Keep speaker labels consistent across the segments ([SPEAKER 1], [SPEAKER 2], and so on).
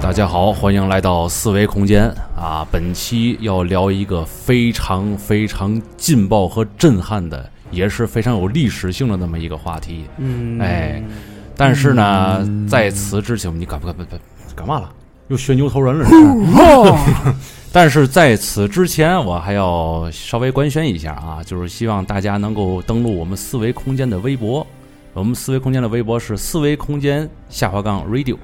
[SPEAKER 1] 大家好，欢迎来到四维空间啊！本期要聊一个非常非常劲爆和震撼的，也是非常有历史性的那么一个话题。
[SPEAKER 2] 嗯，
[SPEAKER 1] 哎，但是呢，在此之前，你干不干不不干嘛了？又学牛头人了是吧？ 但是在此之前，我还要稍微官宣一下啊，就是希望大家能够登录我们四维空间的微博，我们四维空间的微博是四维空间下划杠 radio，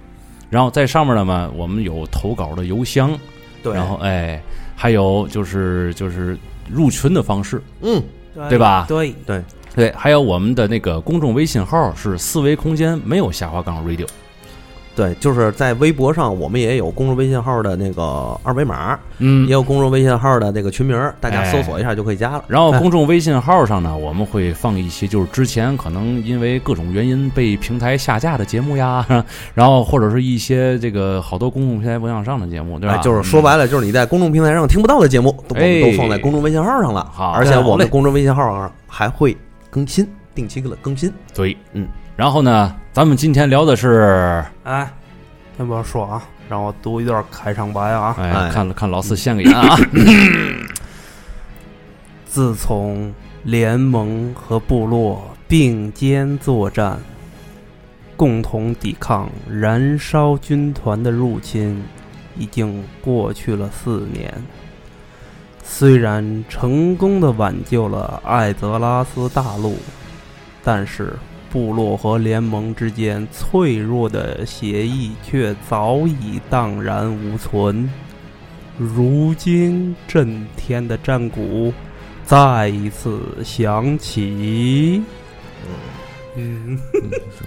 [SPEAKER 1] 然后在上面呢嘛，我们有投稿的邮箱，
[SPEAKER 2] 对，
[SPEAKER 1] 然后哎，还有就是就是入群的方式，
[SPEAKER 3] 嗯，
[SPEAKER 1] 对吧
[SPEAKER 2] 对，
[SPEAKER 1] 对，还有我们的那个公众微信号是四维空间没有下划杠 radio，
[SPEAKER 3] 对，就是在微博上，我们也有公众微信号的那个二维码，
[SPEAKER 1] 嗯哎
[SPEAKER 3] 也有公众微信号的那个群名，大家搜索一下就可以加了。
[SPEAKER 1] 然后公众微信号上呢，我们会放一些就是之前可能因为各种原因被平台下架的节目呀， 然后或者是一些这个好多公众平台不想上的节目，对吧？嗯
[SPEAKER 3] 哎，就是说白了，就是你在公众平台上听不到的节目，都我们
[SPEAKER 1] 哎
[SPEAKER 3] 都放在公众微信号上了。
[SPEAKER 1] 好
[SPEAKER 3] 而且我
[SPEAKER 1] 好嘞
[SPEAKER 3] 们公众微信号上还会更新，定期的更新。
[SPEAKER 1] 对，
[SPEAKER 3] 嗯。
[SPEAKER 1] 然后呢，咱们今天聊的是，
[SPEAKER 2] 哎，先不要说啊，让我读一段开场白啊。
[SPEAKER 1] 哎，
[SPEAKER 3] 哎
[SPEAKER 1] 看了看老四献个言啊，
[SPEAKER 2] 自从联盟和部落并肩作战，共同抵抗燃烧军团的入侵，已经过去了四年。虽然成功的挽救了艾泽拉斯大陆，但是部落和联盟之间脆弱的协议却早已荡然无存。如今震天的战鼓再一次响起。嗯，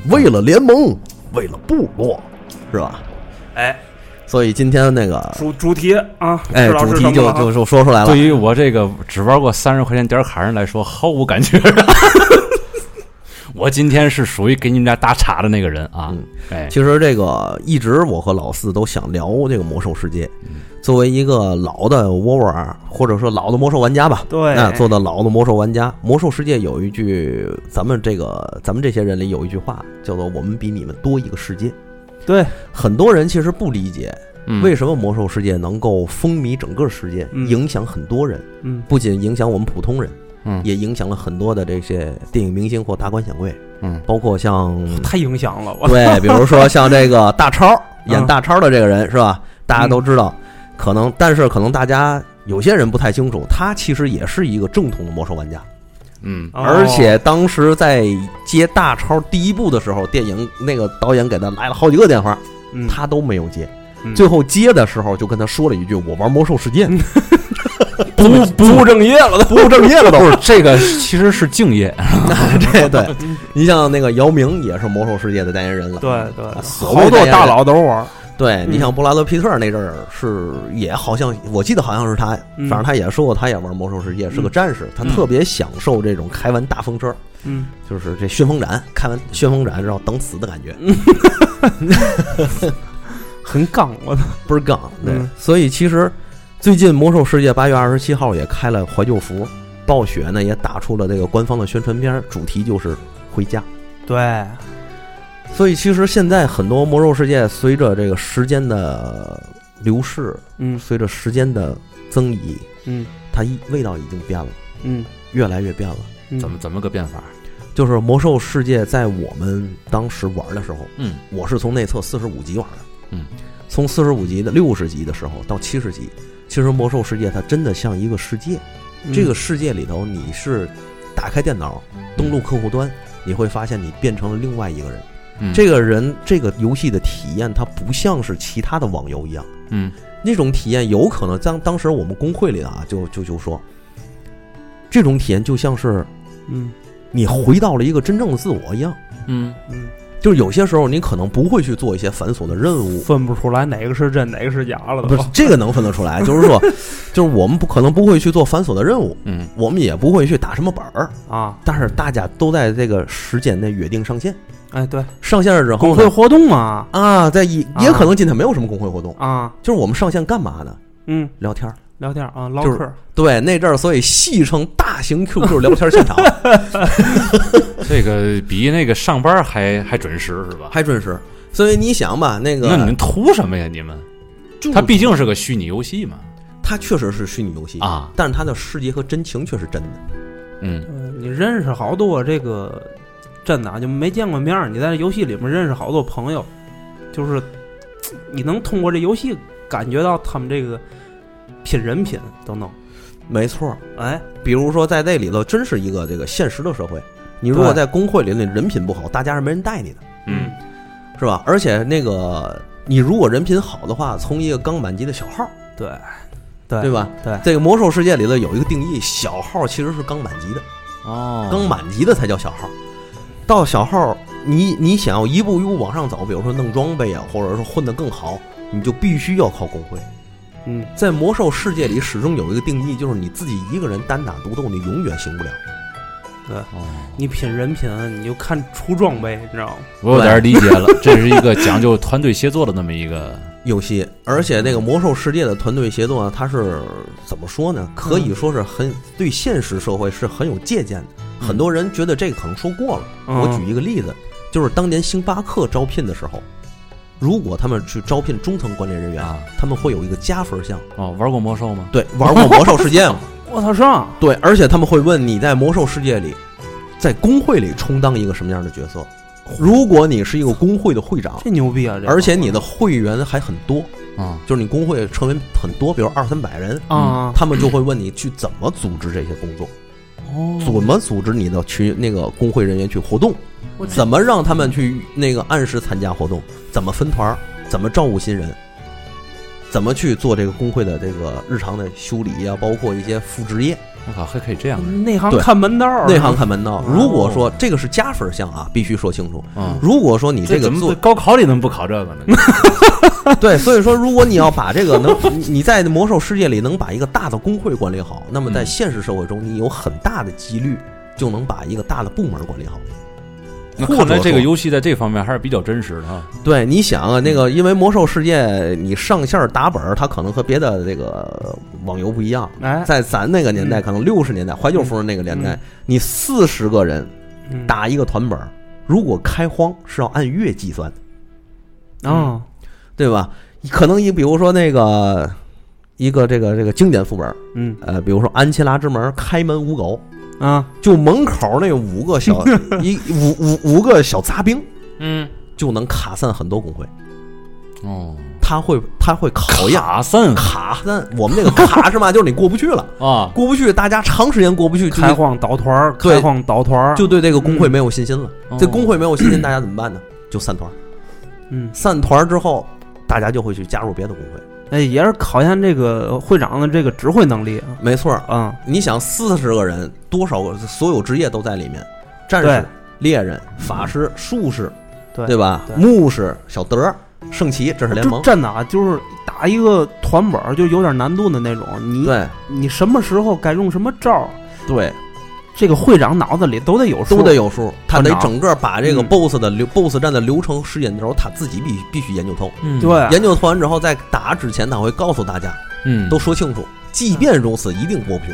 [SPEAKER 3] 为了联盟，为了部落，是吧？
[SPEAKER 2] 哎，
[SPEAKER 3] 所以今天那个，
[SPEAKER 2] 主主题啊，
[SPEAKER 3] 哎，
[SPEAKER 2] 知道
[SPEAKER 3] 主
[SPEAKER 2] 是
[SPEAKER 3] 题
[SPEAKER 2] 什么
[SPEAKER 3] 就
[SPEAKER 2] 了哈
[SPEAKER 3] 就就说出来了
[SPEAKER 1] 对。于我这个只玩过三十块钱点卡人来说，毫无感觉。 我今天是属于给你们俩打岔的那个人啊，
[SPEAKER 3] 嗯
[SPEAKER 1] 哎，
[SPEAKER 3] 其实这个一直我和老四都想聊这个魔兽世界。
[SPEAKER 2] 嗯
[SPEAKER 3] 作为一个老的窝窝儿，或者说老的魔兽玩家吧，
[SPEAKER 2] 对
[SPEAKER 3] 那做到老的魔兽玩家，魔兽世界有一句，咱们这个咱们这些人里有一句话叫做“我们比你们多一个世界”。
[SPEAKER 2] 对，
[SPEAKER 3] 很多人其实不理解
[SPEAKER 1] 嗯
[SPEAKER 3] 为什么魔兽世界能够风靡整个世界，
[SPEAKER 2] 嗯
[SPEAKER 3] 影响很多人，
[SPEAKER 2] 嗯，
[SPEAKER 3] 不仅影响我们普通人，
[SPEAKER 1] 嗯
[SPEAKER 3] 也影响了很多的这些电影明星或达官显贵，
[SPEAKER 1] 嗯
[SPEAKER 3] 包括像
[SPEAKER 2] 太影响了 我。
[SPEAKER 3] 对，比如说像这个大超演
[SPEAKER 2] 嗯
[SPEAKER 3] 大超的这个人是吧？大家都知道，可能但是可能大家有些人不太清楚，他其实也是一个正统的魔兽玩家，
[SPEAKER 1] 嗯
[SPEAKER 2] 哦
[SPEAKER 3] 而且当时在接大超第一部的时候，电影那个导演给他来了好几个电话，
[SPEAKER 2] 嗯
[SPEAKER 3] 他都没有接
[SPEAKER 2] 嗯。
[SPEAKER 3] 最后接的时候，就跟他说了一句：“我玩魔兽世 界，
[SPEAKER 2] 不不务正业了 都。
[SPEAKER 3] 不务正业了都。
[SPEAKER 1] 不是这个其实是敬业，”
[SPEAKER 3] 对 对，你像那个姚明也是魔兽世界的代言人了。
[SPEAKER 2] 对对，
[SPEAKER 3] 所谓
[SPEAKER 2] 好多
[SPEAKER 3] 代言人
[SPEAKER 2] 大佬都玩。
[SPEAKER 3] 对你
[SPEAKER 2] 嗯
[SPEAKER 3] 像布拉德皮特那阵儿是也好像我记得好像是他，
[SPEAKER 2] 嗯
[SPEAKER 3] 反正他也说过他也玩魔兽世界，是个
[SPEAKER 2] 嗯
[SPEAKER 3] 战士，他
[SPEAKER 1] 嗯
[SPEAKER 3] 特别享受这种开完大风车，
[SPEAKER 2] 嗯，
[SPEAKER 3] 就是这旋风斩，开完旋风斩然后等死的感
[SPEAKER 2] 嗯
[SPEAKER 3] 觉，
[SPEAKER 2] 很杠我的。
[SPEAKER 3] 倍儿杠。对
[SPEAKER 2] 嗯，
[SPEAKER 3] 所以其实最近魔兽世界八月二十七号也开了怀旧服，暴雪呢也打出了这个官方的宣传片儿，主题就是回家。
[SPEAKER 2] 对，
[SPEAKER 3] 所以其实现在很多魔兽世界随着这个时间的流逝，
[SPEAKER 2] 嗯
[SPEAKER 3] 随着时间的增益，
[SPEAKER 2] 嗯
[SPEAKER 3] 它一味道已经变了，
[SPEAKER 2] 嗯，
[SPEAKER 3] 越来越变了。
[SPEAKER 2] 嗯
[SPEAKER 1] 怎么怎么个变法？
[SPEAKER 3] 就是魔兽世界在我们当时玩的时候，
[SPEAKER 1] 嗯，
[SPEAKER 3] 我是从内测四十五级玩的，
[SPEAKER 1] 嗯，
[SPEAKER 3] 从四十五级的六十级的时候到七十级，其实魔兽世界它真的像一个世界，
[SPEAKER 2] 嗯
[SPEAKER 1] 嗯
[SPEAKER 3] 这个世界里头你是打开电脑，登录客户端。你会发现，你变成了另外一个人。
[SPEAKER 1] 嗯
[SPEAKER 3] 这个人，这个游戏的体验，它不像是其他的网游一样。
[SPEAKER 1] 嗯
[SPEAKER 3] 那种体验有可能当当时我们工会里的啊，就就就说，这种体验就像是
[SPEAKER 2] 嗯
[SPEAKER 3] 你回到了一个真正的自我一样。
[SPEAKER 1] 嗯
[SPEAKER 2] 嗯
[SPEAKER 3] 就是有些时候你可能不会去做一些繁琐的任务，
[SPEAKER 2] 分不出来哪个是真哪个是假
[SPEAKER 1] 哦
[SPEAKER 2] 了
[SPEAKER 3] 不
[SPEAKER 2] 都
[SPEAKER 3] 是。这个能分得出来。就是说， 就是我们不可能不会去做繁琐的任务，
[SPEAKER 1] 嗯
[SPEAKER 3] 我们也不会去打什么本儿，
[SPEAKER 2] 啊，
[SPEAKER 3] 但是大家都在这个时间内约定上线，
[SPEAKER 2] 哎对，
[SPEAKER 3] 上线了之后
[SPEAKER 2] 工会
[SPEAKER 3] 呢
[SPEAKER 2] 活动嘛
[SPEAKER 3] 啊，在也也可能今天没有什么工会活
[SPEAKER 1] 哦
[SPEAKER 3] 动，
[SPEAKER 2] 啊，
[SPEAKER 3] 就是我们上线干嘛呢？
[SPEAKER 2] 嗯，
[SPEAKER 3] 聊天儿。
[SPEAKER 2] 聊天啊，唠
[SPEAKER 3] 就是
[SPEAKER 2] 嗑儿，
[SPEAKER 3] 对，那阵儿所以戏称大 型 QQ 聊天现场。
[SPEAKER 1] 这个比那个上班还还准时是吧？
[SPEAKER 3] 还准时。所以你想吧，那个嗯
[SPEAKER 1] 那你们图什么呀？你们，
[SPEAKER 3] 就是
[SPEAKER 1] 它毕竟是个虚拟游戏嘛。
[SPEAKER 3] 它确实是虚拟游戏
[SPEAKER 1] 啊，
[SPEAKER 3] 但是它的世界和真情却是真的。
[SPEAKER 1] 嗯，
[SPEAKER 2] 嗯，你认识好多这个真的啊就没见过面儿，你在游戏里面认识好多朋友，就是你能通过这游戏感觉到他们这个品人品等等。
[SPEAKER 3] 没错，
[SPEAKER 2] 哎，
[SPEAKER 3] 比如说在那里头，真是一个这个现实的社会。你如果
[SPEAKER 2] 对
[SPEAKER 3] 在工会里，你人品不好，大家是没人带你的，
[SPEAKER 1] 嗯，
[SPEAKER 3] 是吧？而且那个你如果人品好的话，从一个刚满级的小号，
[SPEAKER 2] 对，对
[SPEAKER 3] 对吧？
[SPEAKER 2] 对
[SPEAKER 3] 这个魔兽世界里头有一个定义，小号其实是刚满级的，
[SPEAKER 1] 哦
[SPEAKER 3] 刚满级的才叫小号。到小号，你你想要一步一步往上走，比如说弄装备啊，或者说混得更好，你就必须要靠工会。
[SPEAKER 2] 嗯，
[SPEAKER 3] 在魔兽世界里，始终有一个定义，就是你自己一个人单打独斗，你永远行不了。
[SPEAKER 1] 哦
[SPEAKER 2] 你品人品，你就看出装备，你知道吗？
[SPEAKER 1] 我有点理解了，这是一个讲究团队协作的那么一个，
[SPEAKER 3] 游戏，而且那个魔兽世界的团队协作啊，它是怎么说呢？可以说是很对现实社会是很有借鉴的。
[SPEAKER 1] 嗯
[SPEAKER 3] 很多人觉得这个可能说过了。
[SPEAKER 2] 嗯
[SPEAKER 3] 我举一个例子，就是当年星巴克招聘的时候，如果他们去招聘中层管理人员
[SPEAKER 1] 啊，
[SPEAKER 3] 他们会有一个加分项。
[SPEAKER 1] 哦，玩过魔兽吗？
[SPEAKER 3] 对，玩过魔兽世界 吗？
[SPEAKER 2] 我操上，
[SPEAKER 3] 对，而且他们会问你在魔兽世界里，在工会里充当一个什么样的角色？如果你是一个工会的会长，
[SPEAKER 2] 这牛逼啊！这个
[SPEAKER 3] 而且你的会员还很多，
[SPEAKER 1] 啊，
[SPEAKER 3] 就是你工会成员很多，比如二三百人，
[SPEAKER 2] 啊，
[SPEAKER 3] 他们就会问你去怎么组织这些工作，
[SPEAKER 2] 哦
[SPEAKER 3] 怎么组织你的去那个工会人员去活动，
[SPEAKER 2] 我
[SPEAKER 3] 怎么让他们去那个按时参加活动，怎么分团儿，怎么照顾新人，怎么去做这个工会的这个日常的修理呀、包括一些副职业，
[SPEAKER 1] 我靠，还可以这样的，
[SPEAKER 2] 内行
[SPEAKER 3] 对
[SPEAKER 2] 看门道儿，
[SPEAKER 3] 内行看门道
[SPEAKER 2] 哦。
[SPEAKER 3] 如果说这个是加分项啊，必须说清楚。
[SPEAKER 1] 嗯，
[SPEAKER 3] 如果说你这个
[SPEAKER 1] 怎么
[SPEAKER 3] 做
[SPEAKER 1] 高考里能不考这个 呢？
[SPEAKER 3] 对，所以说如果你要把这个能你你在魔兽世界里能把一个大的工会管理好，那么在
[SPEAKER 1] 嗯
[SPEAKER 3] 现实社会中，你有很大的几率就能把一个大的部门管理好。
[SPEAKER 1] 那
[SPEAKER 3] 或
[SPEAKER 1] 看来
[SPEAKER 3] 者
[SPEAKER 1] 这个
[SPEAKER 3] 说
[SPEAKER 1] 游戏在这方面还是比较真实的啊。
[SPEAKER 3] 对，你想啊，那个因为魔兽世界你上线打本儿，它可能和别的这个网游不一样。
[SPEAKER 2] 哎，
[SPEAKER 3] 在咱那个年代，
[SPEAKER 2] 嗯
[SPEAKER 3] 可能六十年代怀旧风那个年
[SPEAKER 1] 嗯
[SPEAKER 3] 代，你四十个人
[SPEAKER 2] 嗯
[SPEAKER 3] 打一个团本儿，如果开荒是要按月计算的，
[SPEAKER 2] 啊，
[SPEAKER 3] 对吧？可能你比如说那个一个这个这个经典副本儿，
[SPEAKER 2] 嗯
[SPEAKER 3] 呃，比如说安琪拉之门开门五狗，
[SPEAKER 2] 啊，
[SPEAKER 3] 就门口那五个 小一五五五个小杂兵
[SPEAKER 1] 嗯，
[SPEAKER 3] 就能卡散很多工会，
[SPEAKER 1] 哦，
[SPEAKER 3] 他会他会考验
[SPEAKER 1] 亚森
[SPEAKER 3] 卡散，我们那个卡是嘛，就是你过不去了，
[SPEAKER 1] 啊，
[SPEAKER 3] 过不去，大家长时间过不去，就
[SPEAKER 2] 开荒倒团儿，
[SPEAKER 3] 对
[SPEAKER 2] 开荒倒团儿，
[SPEAKER 3] 就对这个工会没有信心了。
[SPEAKER 1] 嗯
[SPEAKER 3] 这工会没有信心，大家怎么办呢？就散团儿，
[SPEAKER 2] 嗯，
[SPEAKER 3] 散团儿之后，大家就会去加入别的工会。
[SPEAKER 2] 哎，也是考验这个会长的这个指挥能力啊
[SPEAKER 3] 没错儿，
[SPEAKER 2] 啊，
[SPEAKER 3] 你想四十个人，多少个所有职业都在里面，战
[SPEAKER 2] 对
[SPEAKER 3] 士、猎人、法师、术士，
[SPEAKER 2] 对
[SPEAKER 3] 对吧？
[SPEAKER 2] 对
[SPEAKER 3] 牧师、小德儿、圣骑，这是联
[SPEAKER 2] 就
[SPEAKER 3] 盟。
[SPEAKER 2] 真的啊，就是打一个团本儿就有点难度的那种，你
[SPEAKER 3] 对
[SPEAKER 2] 你什么时候该用什么招儿，
[SPEAKER 3] 对，
[SPEAKER 2] 这个会长脑子里都得有数，
[SPEAKER 3] 都得有数，他得
[SPEAKER 2] 团长
[SPEAKER 3] 整个把这个
[SPEAKER 2] 嗯
[SPEAKER 3] BOSS 的流、BOSS 战的流程时间轴，他自己必必须研究透。
[SPEAKER 1] 嗯
[SPEAKER 2] 对，啊，
[SPEAKER 3] 研究透完之后，在打之前，他会告诉大家，
[SPEAKER 1] 嗯，
[SPEAKER 3] 都说清楚。即便如此，一定过不去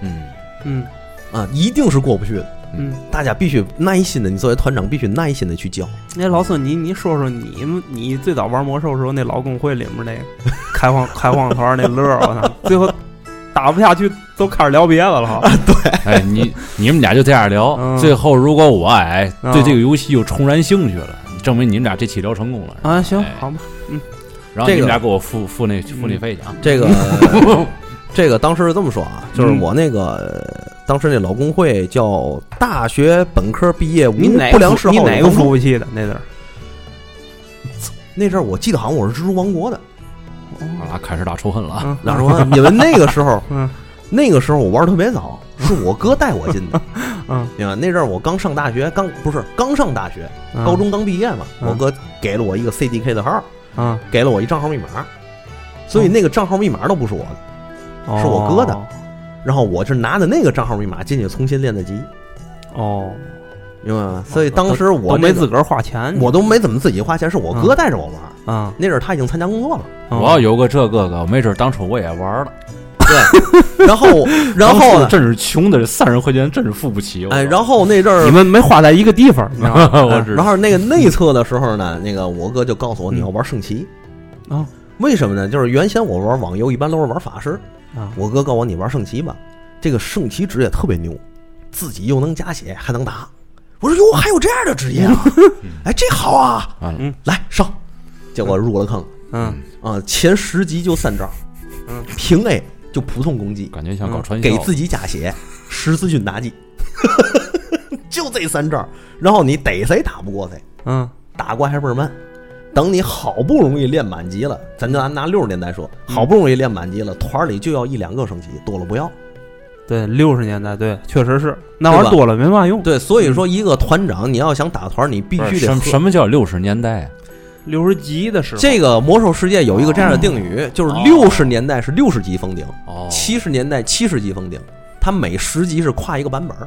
[SPEAKER 1] 嗯
[SPEAKER 2] 嗯
[SPEAKER 3] 啊，一定是过不去的。
[SPEAKER 2] 嗯，
[SPEAKER 3] 大家必须耐心的，你作为团长必须耐心的去教。
[SPEAKER 2] 那哎老孙，你你说说你们你最早玩魔兽的时候那老工会里面那个开荒开荒团儿那乐儿，我操，最后打不下去都开始聊别的了哈，
[SPEAKER 1] 哎，你 你们俩就这样聊，
[SPEAKER 2] 嗯
[SPEAKER 1] 最后如果我哎
[SPEAKER 2] 嗯
[SPEAKER 1] 对这个游戏又重燃兴趣了，证明你们俩这期聊成功了。
[SPEAKER 2] 啊，行
[SPEAKER 1] 哎，
[SPEAKER 2] 好吧，
[SPEAKER 1] 然后
[SPEAKER 3] 这
[SPEAKER 1] 你们
[SPEAKER 3] 个
[SPEAKER 1] 俩给我付付那付那费去啊。
[SPEAKER 3] 这个 这个当时是这么说啊，就是我那个、
[SPEAKER 2] 嗯
[SPEAKER 3] 当时那老工会叫大学本科毕业无
[SPEAKER 2] 你哪
[SPEAKER 3] 不良嗜好
[SPEAKER 2] 服你
[SPEAKER 3] 者
[SPEAKER 2] 哪个
[SPEAKER 3] 帮助
[SPEAKER 2] 服务器的那阵儿？
[SPEAKER 3] 那阵儿我记得好像我是蜘蛛王国 的，
[SPEAKER 1] 我俩开始打仇恨了啊。
[SPEAKER 2] 嗯，
[SPEAKER 3] 哪说？因为那个时候，
[SPEAKER 2] 嗯
[SPEAKER 3] 那个时候我玩的特别 早，是我哥带我进的。
[SPEAKER 2] 嗯，
[SPEAKER 3] 明白？那阵儿我刚上大学，刚不是刚上大学，
[SPEAKER 2] 嗯
[SPEAKER 3] 高中刚毕业嘛，
[SPEAKER 2] 嗯
[SPEAKER 3] 我哥给了我一个 CDK 的号，
[SPEAKER 2] 啊，
[SPEAKER 3] 给了我一账号密码，所
[SPEAKER 2] 嗯
[SPEAKER 3] 以那个账号密码都不是我的。
[SPEAKER 2] 哦
[SPEAKER 3] 是我哥的然后我是拿的那个账号密码进去重新练的级，
[SPEAKER 2] 哦，
[SPEAKER 3] 明白吗？所以当时
[SPEAKER 2] 我
[SPEAKER 3] 我
[SPEAKER 2] 没
[SPEAKER 3] 那个
[SPEAKER 2] 自个儿嗯花钱，
[SPEAKER 3] 我都没怎么自己花钱，是我哥带着我玩。
[SPEAKER 2] 啊，嗯
[SPEAKER 1] 嗯
[SPEAKER 3] 那阵儿他已经参加工作了，
[SPEAKER 1] 我要有个这个个，没准当初我也玩了。
[SPEAKER 3] 对，然后然后呢
[SPEAKER 1] 真是穷的，三十块钱真是付不起。
[SPEAKER 3] 哎，然后那阵儿
[SPEAKER 2] 你们没花在一个地方，你知道吗？
[SPEAKER 1] 后 我
[SPEAKER 3] 哎
[SPEAKER 1] 知
[SPEAKER 3] 然
[SPEAKER 1] 道，
[SPEAKER 3] 后那个内测的时候呢，那个我哥就告诉我
[SPEAKER 2] 嗯
[SPEAKER 3] 你要玩圣骑
[SPEAKER 1] 嗯
[SPEAKER 2] 啊，
[SPEAKER 3] 为什么呢？就是原先我玩网游一般都是玩法师
[SPEAKER 2] 啊
[SPEAKER 3] 我哥告诉我你玩圣骑吧，这个圣骑职业特别牛，自己又能加血还能打。我说哟，还有这样的职业 啊！哎，这好啊，
[SPEAKER 1] 完了，
[SPEAKER 3] 来上。结果入了坑
[SPEAKER 2] 嗯
[SPEAKER 3] 啊，前十级就三招，
[SPEAKER 2] 嗯，
[SPEAKER 3] 平 A 就普通攻击，
[SPEAKER 1] 感觉像搞传销
[SPEAKER 3] 给自己加血，十字军妲己， 就这三招。然后你逮谁打不过谁，
[SPEAKER 2] 嗯
[SPEAKER 3] 打怪还倍儿慢。等你好不容易练满级了，咱就拿拿六十年代说，好不容易练满级了，团儿里就要一两个升级，多了不要。
[SPEAKER 2] 对，六十年代对，确实是那
[SPEAKER 3] 对
[SPEAKER 2] 玩意
[SPEAKER 3] 吧
[SPEAKER 2] 儿多了没嘛用。
[SPEAKER 3] 对，所以说一个团长，你要想打团，你必
[SPEAKER 1] 不是
[SPEAKER 3] 须
[SPEAKER 1] 什
[SPEAKER 3] 得
[SPEAKER 1] 么
[SPEAKER 3] 喝。
[SPEAKER 1] 什么叫六十年代啊？
[SPEAKER 2] 六十级的时候，
[SPEAKER 3] 这个魔兽世界有一个这样的定语，就是
[SPEAKER 1] 哦
[SPEAKER 3] 六十年代是六十级封顶，
[SPEAKER 1] 哦，
[SPEAKER 3] 七十年代七十级封顶，它每十级是跨一个版本儿，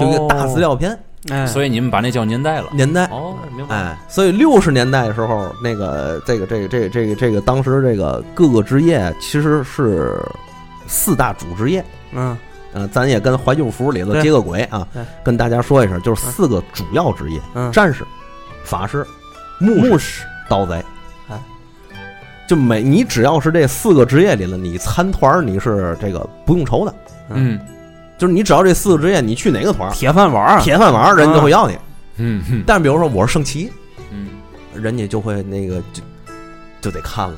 [SPEAKER 3] 就一个大资
[SPEAKER 1] 料，
[SPEAKER 3] 料片
[SPEAKER 2] 哎，
[SPEAKER 1] 所以你们把那叫年代了。
[SPEAKER 3] 年代。
[SPEAKER 1] 哦，明白。
[SPEAKER 3] 哎，所以六十年代的时候，那个这个这个这个这个这个当时这个各个职业其实是四大主职业，
[SPEAKER 2] 嗯
[SPEAKER 3] 嗯，咱也跟怀旧服里头
[SPEAKER 2] 对
[SPEAKER 3] 接个轨啊
[SPEAKER 2] 对，
[SPEAKER 3] 跟大家说一声，就是四个主要职业：
[SPEAKER 2] 嗯，
[SPEAKER 3] 战士、法师、
[SPEAKER 2] 牧
[SPEAKER 3] 牧师、
[SPEAKER 2] 师
[SPEAKER 3] 盗贼
[SPEAKER 2] 哎。
[SPEAKER 3] 就每你只要是这四个职业里了，你参团儿你是这个不用愁的，
[SPEAKER 1] 嗯
[SPEAKER 3] 就是你只要这四个职业，你去哪个团儿，
[SPEAKER 2] 铁饭碗儿，
[SPEAKER 3] 啊铁饭碗儿人就会要你。
[SPEAKER 1] 嗯嗯
[SPEAKER 3] 但比如说我是圣骑，
[SPEAKER 1] 嗯，
[SPEAKER 3] 人家就会那个就就得看了，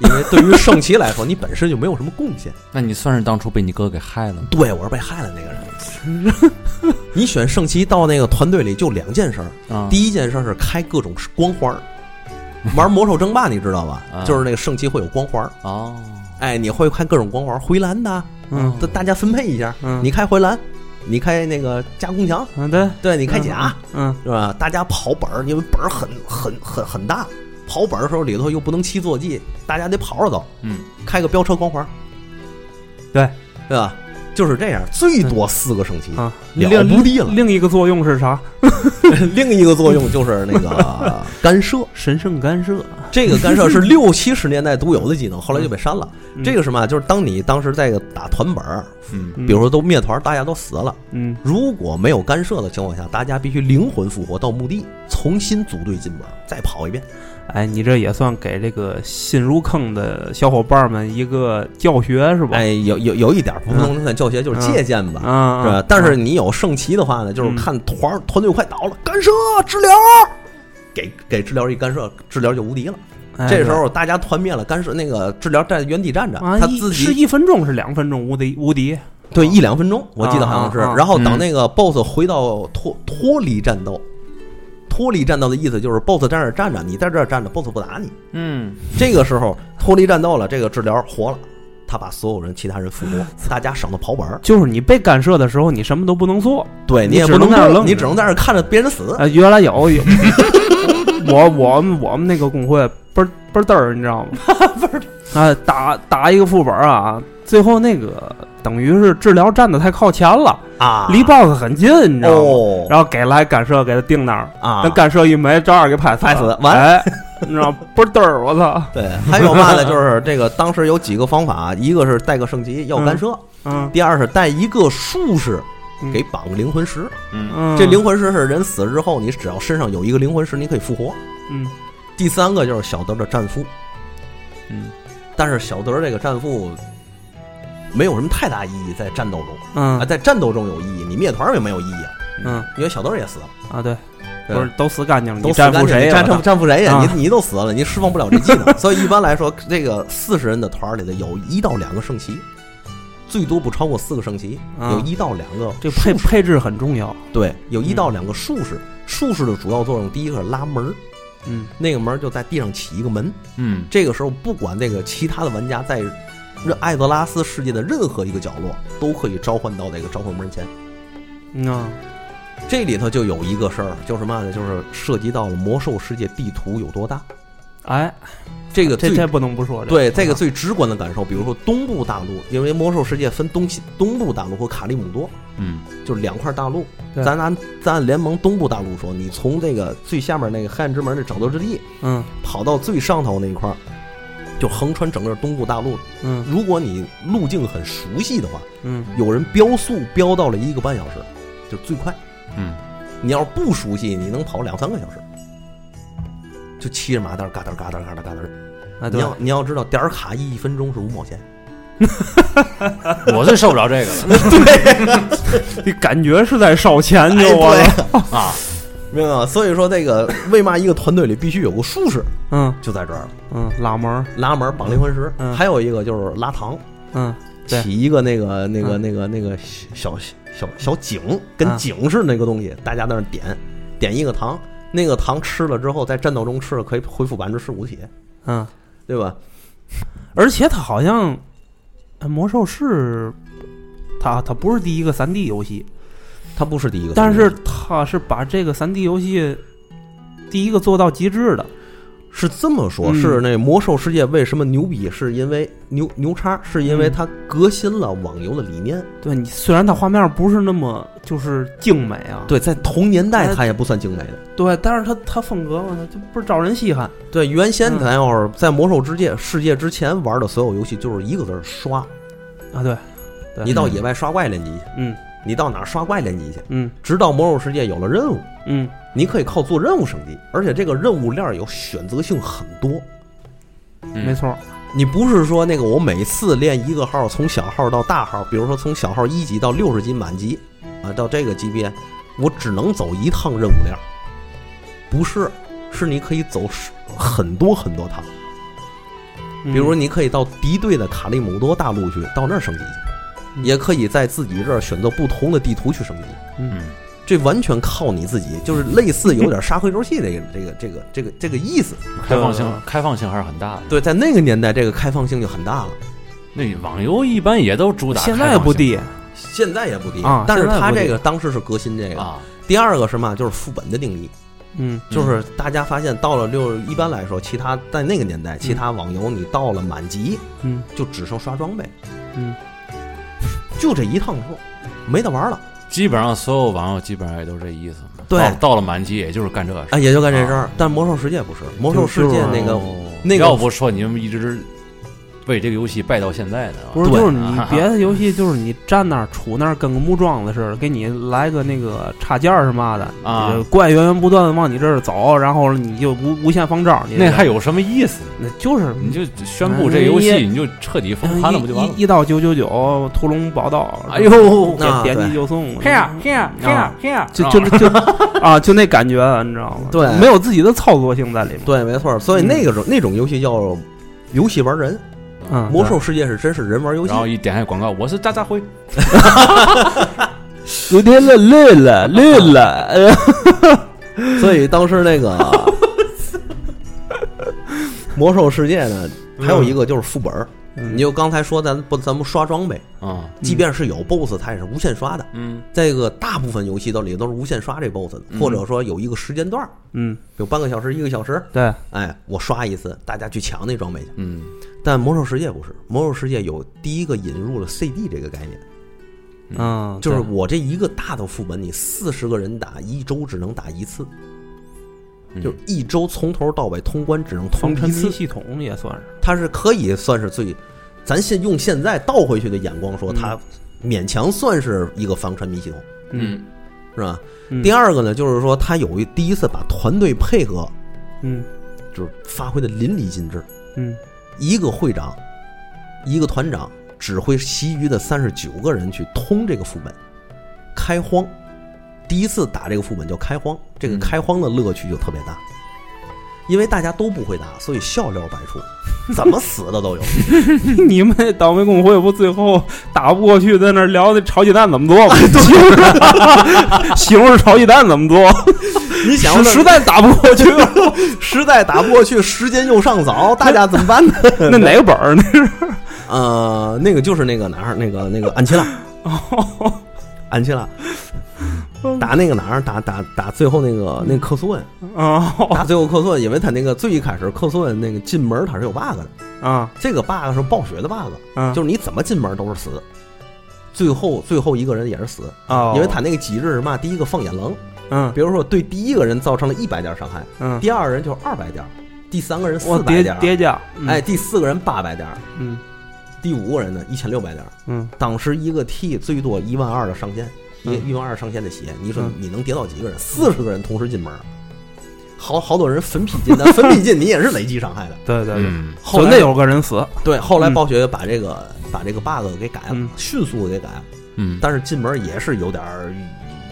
[SPEAKER 3] 因为对于圣骑来说，你本身就没有什么贡献。
[SPEAKER 1] 那你算是当初被你哥给害了吗？
[SPEAKER 3] 对，我是被害了那个人。 你选圣骑到那个团队里就两件事儿，
[SPEAKER 1] 啊，
[SPEAKER 3] 第一件事是开各种光环儿。玩魔兽争霸你知道吧
[SPEAKER 1] 啊？
[SPEAKER 3] 就是那个圣骑会有光环儿，
[SPEAKER 1] 哦，
[SPEAKER 3] 哎，你会开各种光环儿，回蓝的，啊
[SPEAKER 2] 嗯
[SPEAKER 3] 大大家分配一下，
[SPEAKER 2] 嗯，
[SPEAKER 3] 你开回蓝，你开那个加工墙，
[SPEAKER 2] 嗯对，
[SPEAKER 3] 对你开甲，
[SPEAKER 2] 嗯
[SPEAKER 3] 是吧？大家跑本儿，因为本儿很很很很大，跑本儿的时候里头又不能骑坐骑，大家得跑着走，
[SPEAKER 1] 嗯，
[SPEAKER 3] 开个飙车光环儿，
[SPEAKER 2] 对
[SPEAKER 3] 对吧？就是这样，最多四个圣骑。
[SPEAKER 2] 啊，
[SPEAKER 3] 了
[SPEAKER 2] 另
[SPEAKER 3] 不地了
[SPEAKER 2] 另一个作用是啥？
[SPEAKER 3] 另一个作用就是那个干涉，
[SPEAKER 2] 神圣干涉。
[SPEAKER 3] 这个干涉是六七十年代独有的技能，后来就被删了。
[SPEAKER 2] 嗯
[SPEAKER 3] 这个是嘛？就是当你当时在打团本儿，
[SPEAKER 1] 嗯
[SPEAKER 2] 嗯
[SPEAKER 3] 比如说都灭团，大家都死了，
[SPEAKER 2] 嗯
[SPEAKER 3] 如果没有干涉的情况下，大家必须灵魂复活到墓地，重新组队进本，再跑一遍。
[SPEAKER 2] 哎，你这也算给这个新入坑的小伙伴们一个教学是吧？
[SPEAKER 3] 哎，有有有一点不能算教学，就是借鉴吧。
[SPEAKER 2] 啊，
[SPEAKER 3] 是吧
[SPEAKER 2] 啊？
[SPEAKER 3] 但是你有圣骑的话呢，就是
[SPEAKER 2] 嗯
[SPEAKER 3] 看团团队快倒了，干涉治疗，给给治疗一干涉，治疗就无敌了。
[SPEAKER 2] 哎
[SPEAKER 3] 这时候大家团灭了，干涉那个治疗站原地站着，
[SPEAKER 2] 啊，
[SPEAKER 3] 他
[SPEAKER 2] 一
[SPEAKER 3] 自
[SPEAKER 2] 是
[SPEAKER 3] 己
[SPEAKER 2] 一分钟是两分钟无敌无敌
[SPEAKER 3] 对一两分钟，我记得好像是
[SPEAKER 2] 啊啊啊。
[SPEAKER 3] 然后等
[SPEAKER 1] 嗯
[SPEAKER 3] 那个 BOSS 回到脱脱离战斗，脱离战斗的意思就是 BOSS 在这儿站着，你在这儿站着，BOSS 不打你。
[SPEAKER 1] 嗯，
[SPEAKER 3] 这个时候脱离战斗了，这个治疗活了，他把所有人其他人复 活，大家省得跑本儿，
[SPEAKER 2] 就是你被干涉的时候，你什么都不能做。
[SPEAKER 3] 对
[SPEAKER 2] 你
[SPEAKER 3] 也
[SPEAKER 2] 只
[SPEAKER 3] 不能
[SPEAKER 2] 能在那儿
[SPEAKER 3] 动
[SPEAKER 2] 愣
[SPEAKER 3] 你
[SPEAKER 2] 着
[SPEAKER 3] 只能在那儿看着别人死。
[SPEAKER 2] 啊，原来有有， 我我们我们那个工会倍儿倍儿嘚儿，你知 道吗？啊，打打一个副本啊，最后那个等于是治疗站的太靠前了，
[SPEAKER 3] 啊，
[SPEAKER 2] 哎离 BOSS 很近，你知道吗？
[SPEAKER 3] 哦
[SPEAKER 2] 然后给来干涉，给他定那儿，
[SPEAKER 3] 啊
[SPEAKER 2] 那，干涉一没，照样给拍
[SPEAKER 3] 拍死
[SPEAKER 2] 了。
[SPEAKER 3] 完
[SPEAKER 2] 哎，你知道吗倍儿嘚儿，我操！
[SPEAKER 3] 对，还有嘛呢？就是这个当时有几个方法，一个是带个圣级要干涉，
[SPEAKER 2] 嗯
[SPEAKER 3] 第二是带一个术士
[SPEAKER 2] 嗯
[SPEAKER 3] 给绑个灵魂石。
[SPEAKER 2] 嗯，
[SPEAKER 3] 这灵魂石是人死了之后，你只要身上有一个灵魂石，你可以复活。
[SPEAKER 2] 嗯
[SPEAKER 3] 第三个就是小德的战俘，
[SPEAKER 1] 嗯，
[SPEAKER 3] 但是小德这个战俘没有什么太大意义，在战斗中啊，
[SPEAKER 2] 嗯
[SPEAKER 3] 在战斗中有意义，你灭团也没有意义啊，
[SPEAKER 2] 嗯
[SPEAKER 3] 因为小德也死了，
[SPEAKER 2] 啊，对，
[SPEAKER 3] 对
[SPEAKER 2] 不是都死干净了，
[SPEAKER 3] 都
[SPEAKER 2] 你
[SPEAKER 3] 死
[SPEAKER 2] 战
[SPEAKER 3] 干
[SPEAKER 2] 服
[SPEAKER 3] 净
[SPEAKER 2] 谁
[SPEAKER 3] 你
[SPEAKER 2] 呀？
[SPEAKER 3] 战战战俘谁呀？
[SPEAKER 2] 啊
[SPEAKER 3] 你你都死了，你释放不了这技能，所以一般来说，这个四十人的团里的有一到两个圣骑，最多不超过四个圣骑，
[SPEAKER 2] 啊
[SPEAKER 3] 有一到两个
[SPEAKER 2] 这 配配置很重要。
[SPEAKER 3] 对，有一
[SPEAKER 2] 嗯
[SPEAKER 3] 到两个术士，术士的主要作用，第一个是拉门儿，
[SPEAKER 2] 嗯
[SPEAKER 3] 那个门儿就在地上起一个门。
[SPEAKER 1] 嗯
[SPEAKER 3] 这个时候，不管那个其他的玩家在任艾泽拉斯世界的任何一个角落，都可以召唤到那个召唤门前。
[SPEAKER 2] 嗯啊
[SPEAKER 3] 这里头就有一个事儿，就是嘛呢？就是涉及到了魔兽世界地图有多大。
[SPEAKER 2] 哎，
[SPEAKER 3] 这个最
[SPEAKER 2] 这这不能不说。
[SPEAKER 3] 对这个
[SPEAKER 2] 啊
[SPEAKER 3] 最直观的感受，比如说东部大陆，因为魔兽世界分东西东部大陆和卡利姆多，
[SPEAKER 1] 嗯
[SPEAKER 3] 就是两块大陆。
[SPEAKER 2] 对
[SPEAKER 3] 咱按咱按联盟东部大陆说，你从这个最下面那个黑暗之门的沼泽之地
[SPEAKER 2] 嗯
[SPEAKER 3] 跑到最上头那一块儿，就横穿整个东部大陆。
[SPEAKER 2] 嗯
[SPEAKER 3] 如果你路径很熟悉的话，
[SPEAKER 2] 嗯
[SPEAKER 3] 有人飙速飙到了一个半小时，就是最快。
[SPEAKER 1] 嗯，
[SPEAKER 3] 你要是不熟悉，你能跑两三个小时。就骑着马蛋儿嘎噔嘎噔嘎噔嘎噔。
[SPEAKER 2] 啊，
[SPEAKER 3] 你
[SPEAKER 2] 对，
[SPEAKER 3] 要你要知道，点儿卡一分钟是五毛钱。
[SPEAKER 1] 我最受不了这个了
[SPEAKER 2] 你感觉是在烧钱，
[SPEAKER 3] 哎
[SPEAKER 2] 就我
[SPEAKER 3] 对，
[SPEAKER 1] 啊！
[SPEAKER 3] 明白吗？所以说这个 为嘛一个团队里必须有个术士，
[SPEAKER 2] 嗯
[SPEAKER 3] 就在这儿了
[SPEAKER 2] 嗯，拉门儿，
[SPEAKER 3] 拉门儿绑灵魂石，
[SPEAKER 2] 嗯
[SPEAKER 3] 还有一个就是拉糖，
[SPEAKER 2] 嗯对
[SPEAKER 3] 起一个那个那个
[SPEAKER 2] 嗯
[SPEAKER 3] 那个那个小小小小井，跟
[SPEAKER 2] 啊
[SPEAKER 3] 井似的那个东西，大家在那儿点点一个糖，那个糖吃了之后，在战斗中吃了可以恢复百分之十五血，
[SPEAKER 2] 嗯，
[SPEAKER 3] 对吧？
[SPEAKER 2] 而且它好像呃魔兽是它它不是第一个三 D 游戏，
[SPEAKER 3] 它不是第一个，
[SPEAKER 2] 但是它是把这个三 D 游戏第一个做到极致的。
[SPEAKER 3] 是这么说，
[SPEAKER 2] 嗯
[SPEAKER 3] 是那魔兽世界为什么牛逼？是因为牛牛叉，是因为
[SPEAKER 2] 嗯
[SPEAKER 3] 它革新了网游的理念。
[SPEAKER 2] 对你虽然它画面不是那么就是精美啊，
[SPEAKER 3] 对，在同年代
[SPEAKER 2] 它
[SPEAKER 3] 它也不算精美的。
[SPEAKER 2] 对，但是它它风格嘛，它就不是招人稀罕。
[SPEAKER 3] 对，原先咱要是在魔兽之界世界之前玩的所有游戏，就是一个字儿刷。
[SPEAKER 2] 啊，对，对
[SPEAKER 3] 你到野外刷怪练级去，
[SPEAKER 2] 嗯
[SPEAKER 3] 你到哪儿刷怪练级去，
[SPEAKER 2] 嗯
[SPEAKER 3] 直到魔兽世界有了任务，
[SPEAKER 2] 嗯
[SPEAKER 3] 你可以靠做任务升级，而且这个任务链儿有选择性很多。
[SPEAKER 1] 嗯
[SPEAKER 2] 没错儿，
[SPEAKER 3] 你不是说那个我每次练一个号，从小号到大号，比如说从小号一级到六十级满级，啊，到这个级别，我只能走一趟任务链儿，不是，是你可以走十很多很多趟。
[SPEAKER 2] 嗯
[SPEAKER 3] 比如你可以到敌对的卡利姆多大陆去，到那儿升级去，
[SPEAKER 2] 嗯
[SPEAKER 3] 也可以在自己这儿选择不同的地图去升级。
[SPEAKER 1] 嗯，
[SPEAKER 3] 这完全靠你自己，就是类似有点杀回游戏这 个这个这个这个这个意思。
[SPEAKER 1] 开放性开放性还是很大的。
[SPEAKER 3] 对，在那个年代，这个开放性就很大了。
[SPEAKER 1] 那网游一般也都主打
[SPEAKER 2] 现在不低，
[SPEAKER 3] 现在也不低
[SPEAKER 2] 啊
[SPEAKER 3] 但是
[SPEAKER 2] 现在
[SPEAKER 3] 他
[SPEAKER 2] 不低
[SPEAKER 3] 这个当时是革新这
[SPEAKER 1] 开放性
[SPEAKER 3] 个。
[SPEAKER 1] 啊，
[SPEAKER 3] 第二个是嘛，就是副本的定义，
[SPEAKER 2] 嗯
[SPEAKER 3] 就是大家发现到了六，一般来说，其他在那个年代，其他网游你到了满级
[SPEAKER 2] 嗯
[SPEAKER 3] 就只剩刷装备，
[SPEAKER 2] 嗯，
[SPEAKER 1] 啊
[SPEAKER 3] 就这一趟路，没得玩了。哦
[SPEAKER 1] 基本上所有网友基本上也都这意思。
[SPEAKER 3] 对
[SPEAKER 1] 到到了满级也就是干这个事。
[SPEAKER 3] 啊，也就干这事儿。但魔兽世界不是，啊魔兽世界那个那
[SPEAKER 1] 要
[SPEAKER 3] 个
[SPEAKER 1] 不说你们一直为这个游戏败到现在呢，
[SPEAKER 2] 不是，
[SPEAKER 3] 对
[SPEAKER 2] 就是
[SPEAKER 1] 啊
[SPEAKER 2] 你别的游戏，就是你站那儿杵那儿跟个木桩子似的，给你来个那个插件儿什么的
[SPEAKER 1] 啊，
[SPEAKER 2] 你就怪源源不断的往你这儿走，然后你就无无限放招，你
[SPEAKER 1] 那还有什么意思呢？
[SPEAKER 2] 那就是
[SPEAKER 1] 你就宣布这游戏你就彻底封盘了，不就完了
[SPEAKER 2] 嗯一？一到九九九，屠龙宝刀，
[SPEAKER 1] 哎呦，
[SPEAKER 3] 啊
[SPEAKER 2] 点点击
[SPEAKER 3] 对
[SPEAKER 2] 就送，
[SPEAKER 1] here
[SPEAKER 2] here,
[SPEAKER 1] here，
[SPEAKER 2] 就就 就啊，就那感觉，你知道吗？
[SPEAKER 3] 对
[SPEAKER 2] 没有自己的操作性在里面。
[SPEAKER 3] 对，没错。所以那个种那种游戏叫游戏玩人，
[SPEAKER 2] 嗯，
[SPEAKER 3] 魔兽世界是真是人玩游戏
[SPEAKER 1] 然。后一点开广告，我是渣渣辉，
[SPEAKER 2] 有天累累了，累了，
[SPEAKER 3] 所以当时那 个魔兽世界呢，还有一个就是副本儿。
[SPEAKER 2] 嗯
[SPEAKER 3] 你就刚才说咱不咱们刷装备，
[SPEAKER 1] 嗯
[SPEAKER 3] 即便是有 BOSS，它也是无限刷的。
[SPEAKER 1] 嗯
[SPEAKER 3] 这个大部分游戏都里都是无限刷这 BOSS 的，或者说有一个时间段儿，
[SPEAKER 2] 嗯，
[SPEAKER 3] 有半个小时、一个小时，
[SPEAKER 2] 对，
[SPEAKER 3] 哎，我刷一次，大家去抢那装备去。
[SPEAKER 1] 嗯
[SPEAKER 3] 但魔兽世界不是，魔兽世界有第一个引入了 CD 这个概念，
[SPEAKER 2] 嗯，
[SPEAKER 3] 就是
[SPEAKER 2] 对
[SPEAKER 3] 我这一个大的副本，你四十个人打，一周只能打一次，
[SPEAKER 1] 嗯
[SPEAKER 3] 就是一周从头到尾通关只能通
[SPEAKER 2] 防沉
[SPEAKER 3] 一
[SPEAKER 2] 迷
[SPEAKER 3] 次，
[SPEAKER 2] 系统也算是，
[SPEAKER 3] 它是可以算是最，咱现用现在倒回去的眼光说，
[SPEAKER 2] 嗯
[SPEAKER 3] 它勉强算是一个防沉迷系统，
[SPEAKER 2] 嗯
[SPEAKER 1] 嗯
[SPEAKER 3] 是吧？
[SPEAKER 2] 嗯
[SPEAKER 3] 第二个呢，就是说它有一第一次把团队配合
[SPEAKER 2] 嗯
[SPEAKER 3] 就是发挥的淋漓尽致，
[SPEAKER 2] 嗯
[SPEAKER 3] 一个会长，一个团长指挥其余的三十九个人去通这个副本，开荒。第一次打这个副本叫开荒，这个
[SPEAKER 1] 嗯
[SPEAKER 3] 开荒的乐趣就特别大，因为大家都不会打，所以笑料百出，怎么死的 都有。
[SPEAKER 2] 你们那倒霉公会不最后打不过去，在那儿聊那炒鸡蛋怎么做 吗？ 西红柿炒鸡蛋怎么做？
[SPEAKER 3] 你
[SPEAKER 2] 实
[SPEAKER 3] 想
[SPEAKER 2] 实在打不过去，
[SPEAKER 3] 实在打不过去，时间又尚早，大家怎么 办呢？
[SPEAKER 2] 那哪个本儿？那是
[SPEAKER 3] 呃，那个就是那个哪儿，那个那个安 琪拉，安琪拉打那个哪儿，打打打最后那个那个克苏恩，
[SPEAKER 2] 啊
[SPEAKER 3] 打最后克苏恩，因为他那个最一开始克苏恩那个进门他是有 bug 的，
[SPEAKER 2] 啊
[SPEAKER 3] 这个 bug 是暴雪的 bug，
[SPEAKER 2] 啊！
[SPEAKER 3] 就是你怎么进门都是死，最后最后一个人也是死，
[SPEAKER 2] 哦，
[SPEAKER 3] 因为他那个机制是嘛，第一个放眼棱，
[SPEAKER 2] 嗯
[SPEAKER 3] 比如说对第一个人造成了一百点伤害，
[SPEAKER 2] 嗯
[SPEAKER 3] 第二人就是二百点，第三个人
[SPEAKER 2] 我
[SPEAKER 3] 四百
[SPEAKER 2] 叠
[SPEAKER 3] 点儿，
[SPEAKER 2] 叠加，嗯
[SPEAKER 3] 哎，，第四个人八百点儿，
[SPEAKER 2] 嗯
[SPEAKER 3] 第五个人呢一千六百点儿。
[SPEAKER 2] 嗯，
[SPEAKER 3] 当时一个 T 最多一万二的上限，一一万二上限的鞋，你说
[SPEAKER 2] 嗯
[SPEAKER 3] 你能叠到几个人？四十个人同时进门儿，好好多人分批 进，但分批进你也是累计伤害的。
[SPEAKER 2] 对对对，
[SPEAKER 1] 嗯，
[SPEAKER 3] 后
[SPEAKER 2] 总得
[SPEAKER 3] 来
[SPEAKER 2] 有个人死，
[SPEAKER 3] 对，后来
[SPEAKER 2] 嗯
[SPEAKER 3] 暴雪把这个把这个 bug 给改了
[SPEAKER 2] 嗯，
[SPEAKER 3] 迅速给改了，
[SPEAKER 1] 嗯，
[SPEAKER 3] 但是进门儿也是有点儿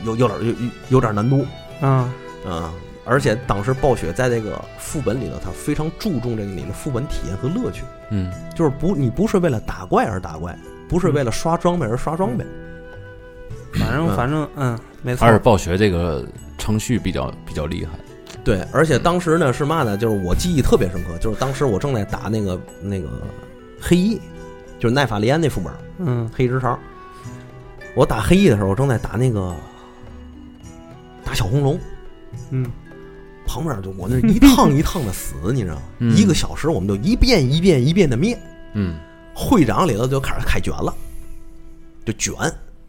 [SPEAKER 3] 有有点儿有有有点儿难度，
[SPEAKER 2] 嗯
[SPEAKER 3] 嗯。而且当时暴雪在这个副本里头，它非常注重这个你的副本体验和乐趣。
[SPEAKER 1] 嗯
[SPEAKER 3] 就是不，你不是为了打怪而打怪，不是为了刷装备而刷装备。
[SPEAKER 2] 嗯反正
[SPEAKER 3] 嗯
[SPEAKER 2] 反正嗯，没错
[SPEAKER 1] 还，是暴雪这个程序比较比较厉害。
[SPEAKER 3] 对，而且当时呢是嘛呢？就是我记忆特别深刻，就是当时我正在打那个那个黑衣，就是奈法利安那副本
[SPEAKER 2] 嗯
[SPEAKER 3] 黑之潮。我打黑衣的时候，我正在打那个打小红龙，
[SPEAKER 2] 嗯
[SPEAKER 3] 旁边就我那一趟一趟的死，你知道吗？
[SPEAKER 1] 嗯
[SPEAKER 3] 一个小时我们就一遍一遍一遍的灭。
[SPEAKER 1] 嗯
[SPEAKER 3] 会长里头就开始开卷了，就卷，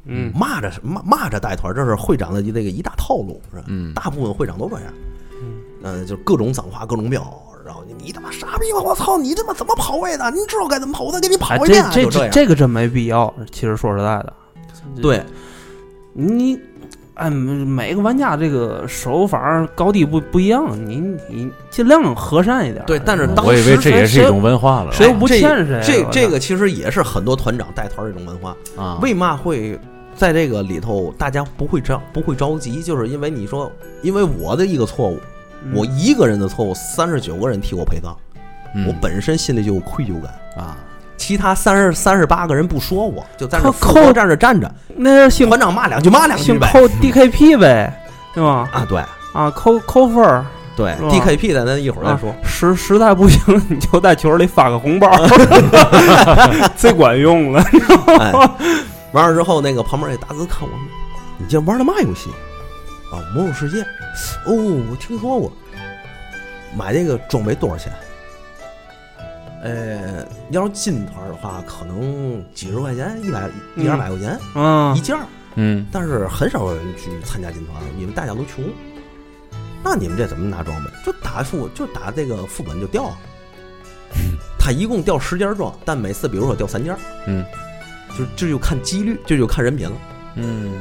[SPEAKER 2] 嗯
[SPEAKER 3] 骂着骂骂着带团，这是会长的这个一大套路，是吧？
[SPEAKER 1] 嗯
[SPEAKER 3] 大部分会长都这样，嗯、呃，就是各种脏话，各种飙，然后你你他妈傻逼吧，我操，你他妈怎么跑位的？你知道该怎么跑，我再给你跑
[SPEAKER 2] 哎，
[SPEAKER 3] 一
[SPEAKER 2] 这
[SPEAKER 3] 遍啊，
[SPEAKER 2] 这
[SPEAKER 3] 就
[SPEAKER 2] 这
[SPEAKER 3] 样。
[SPEAKER 2] 这个真没必要。其实说实在的，
[SPEAKER 3] 对
[SPEAKER 2] 你，哎，每个玩家这个手法高低不不一样，你你尽量和善一点。
[SPEAKER 3] 对，但是
[SPEAKER 1] 嗯
[SPEAKER 3] 当
[SPEAKER 1] 我以为
[SPEAKER 3] 时
[SPEAKER 1] 这也是一种文化了。
[SPEAKER 2] 谁又不
[SPEAKER 3] 这
[SPEAKER 2] 欠谁啊
[SPEAKER 3] 这
[SPEAKER 2] 我操
[SPEAKER 3] 这个其实也是很多团长带团这种文化，
[SPEAKER 1] 啊？
[SPEAKER 3] 为嘛会在这个里头大家不会着不会着急，就是因为你说，因为我的一个错误，
[SPEAKER 2] 嗯
[SPEAKER 3] 我一个人的错误，三十九个人替我陪葬，
[SPEAKER 1] 嗯
[SPEAKER 3] 我本身心里就有愧疚感。
[SPEAKER 1] 啊，
[SPEAKER 3] 其他三十三十八个人不说我，就在那
[SPEAKER 2] 扣
[SPEAKER 3] 儿
[SPEAKER 2] 扣
[SPEAKER 3] 复活站着站着，
[SPEAKER 2] 嗯那姓
[SPEAKER 3] 团长骂两句骂两句
[SPEAKER 2] 姓
[SPEAKER 3] 呗。
[SPEAKER 2] 扣 DKP 呗，对吧？
[SPEAKER 3] 啊，对
[SPEAKER 2] 啊，扣扣分儿，
[SPEAKER 3] 对
[SPEAKER 2] 是吧啊
[SPEAKER 3] ，DKP 的咱一会儿再说。
[SPEAKER 2] 实实在不行你就在群里发个 红包，最管用了。
[SPEAKER 3] 哎，完了之后，那个旁边那大哥看我，你这玩的嘛游戏？啊，魔兽世界。哦，我听说过。买这个装备多少钱？呃，要是金团的话，可能几十块钱，一百一二百块钱、
[SPEAKER 2] 嗯
[SPEAKER 3] 一件儿。
[SPEAKER 1] 嗯
[SPEAKER 3] 但是很少有人去参加金团，因为大家都穷。那你们这怎么拿装备？就打副，就打这个副本就掉啊。他一共掉十件装，但每次比如说掉三件，
[SPEAKER 1] 嗯，
[SPEAKER 3] 就这就看几率，这就看人品了。
[SPEAKER 1] 嗯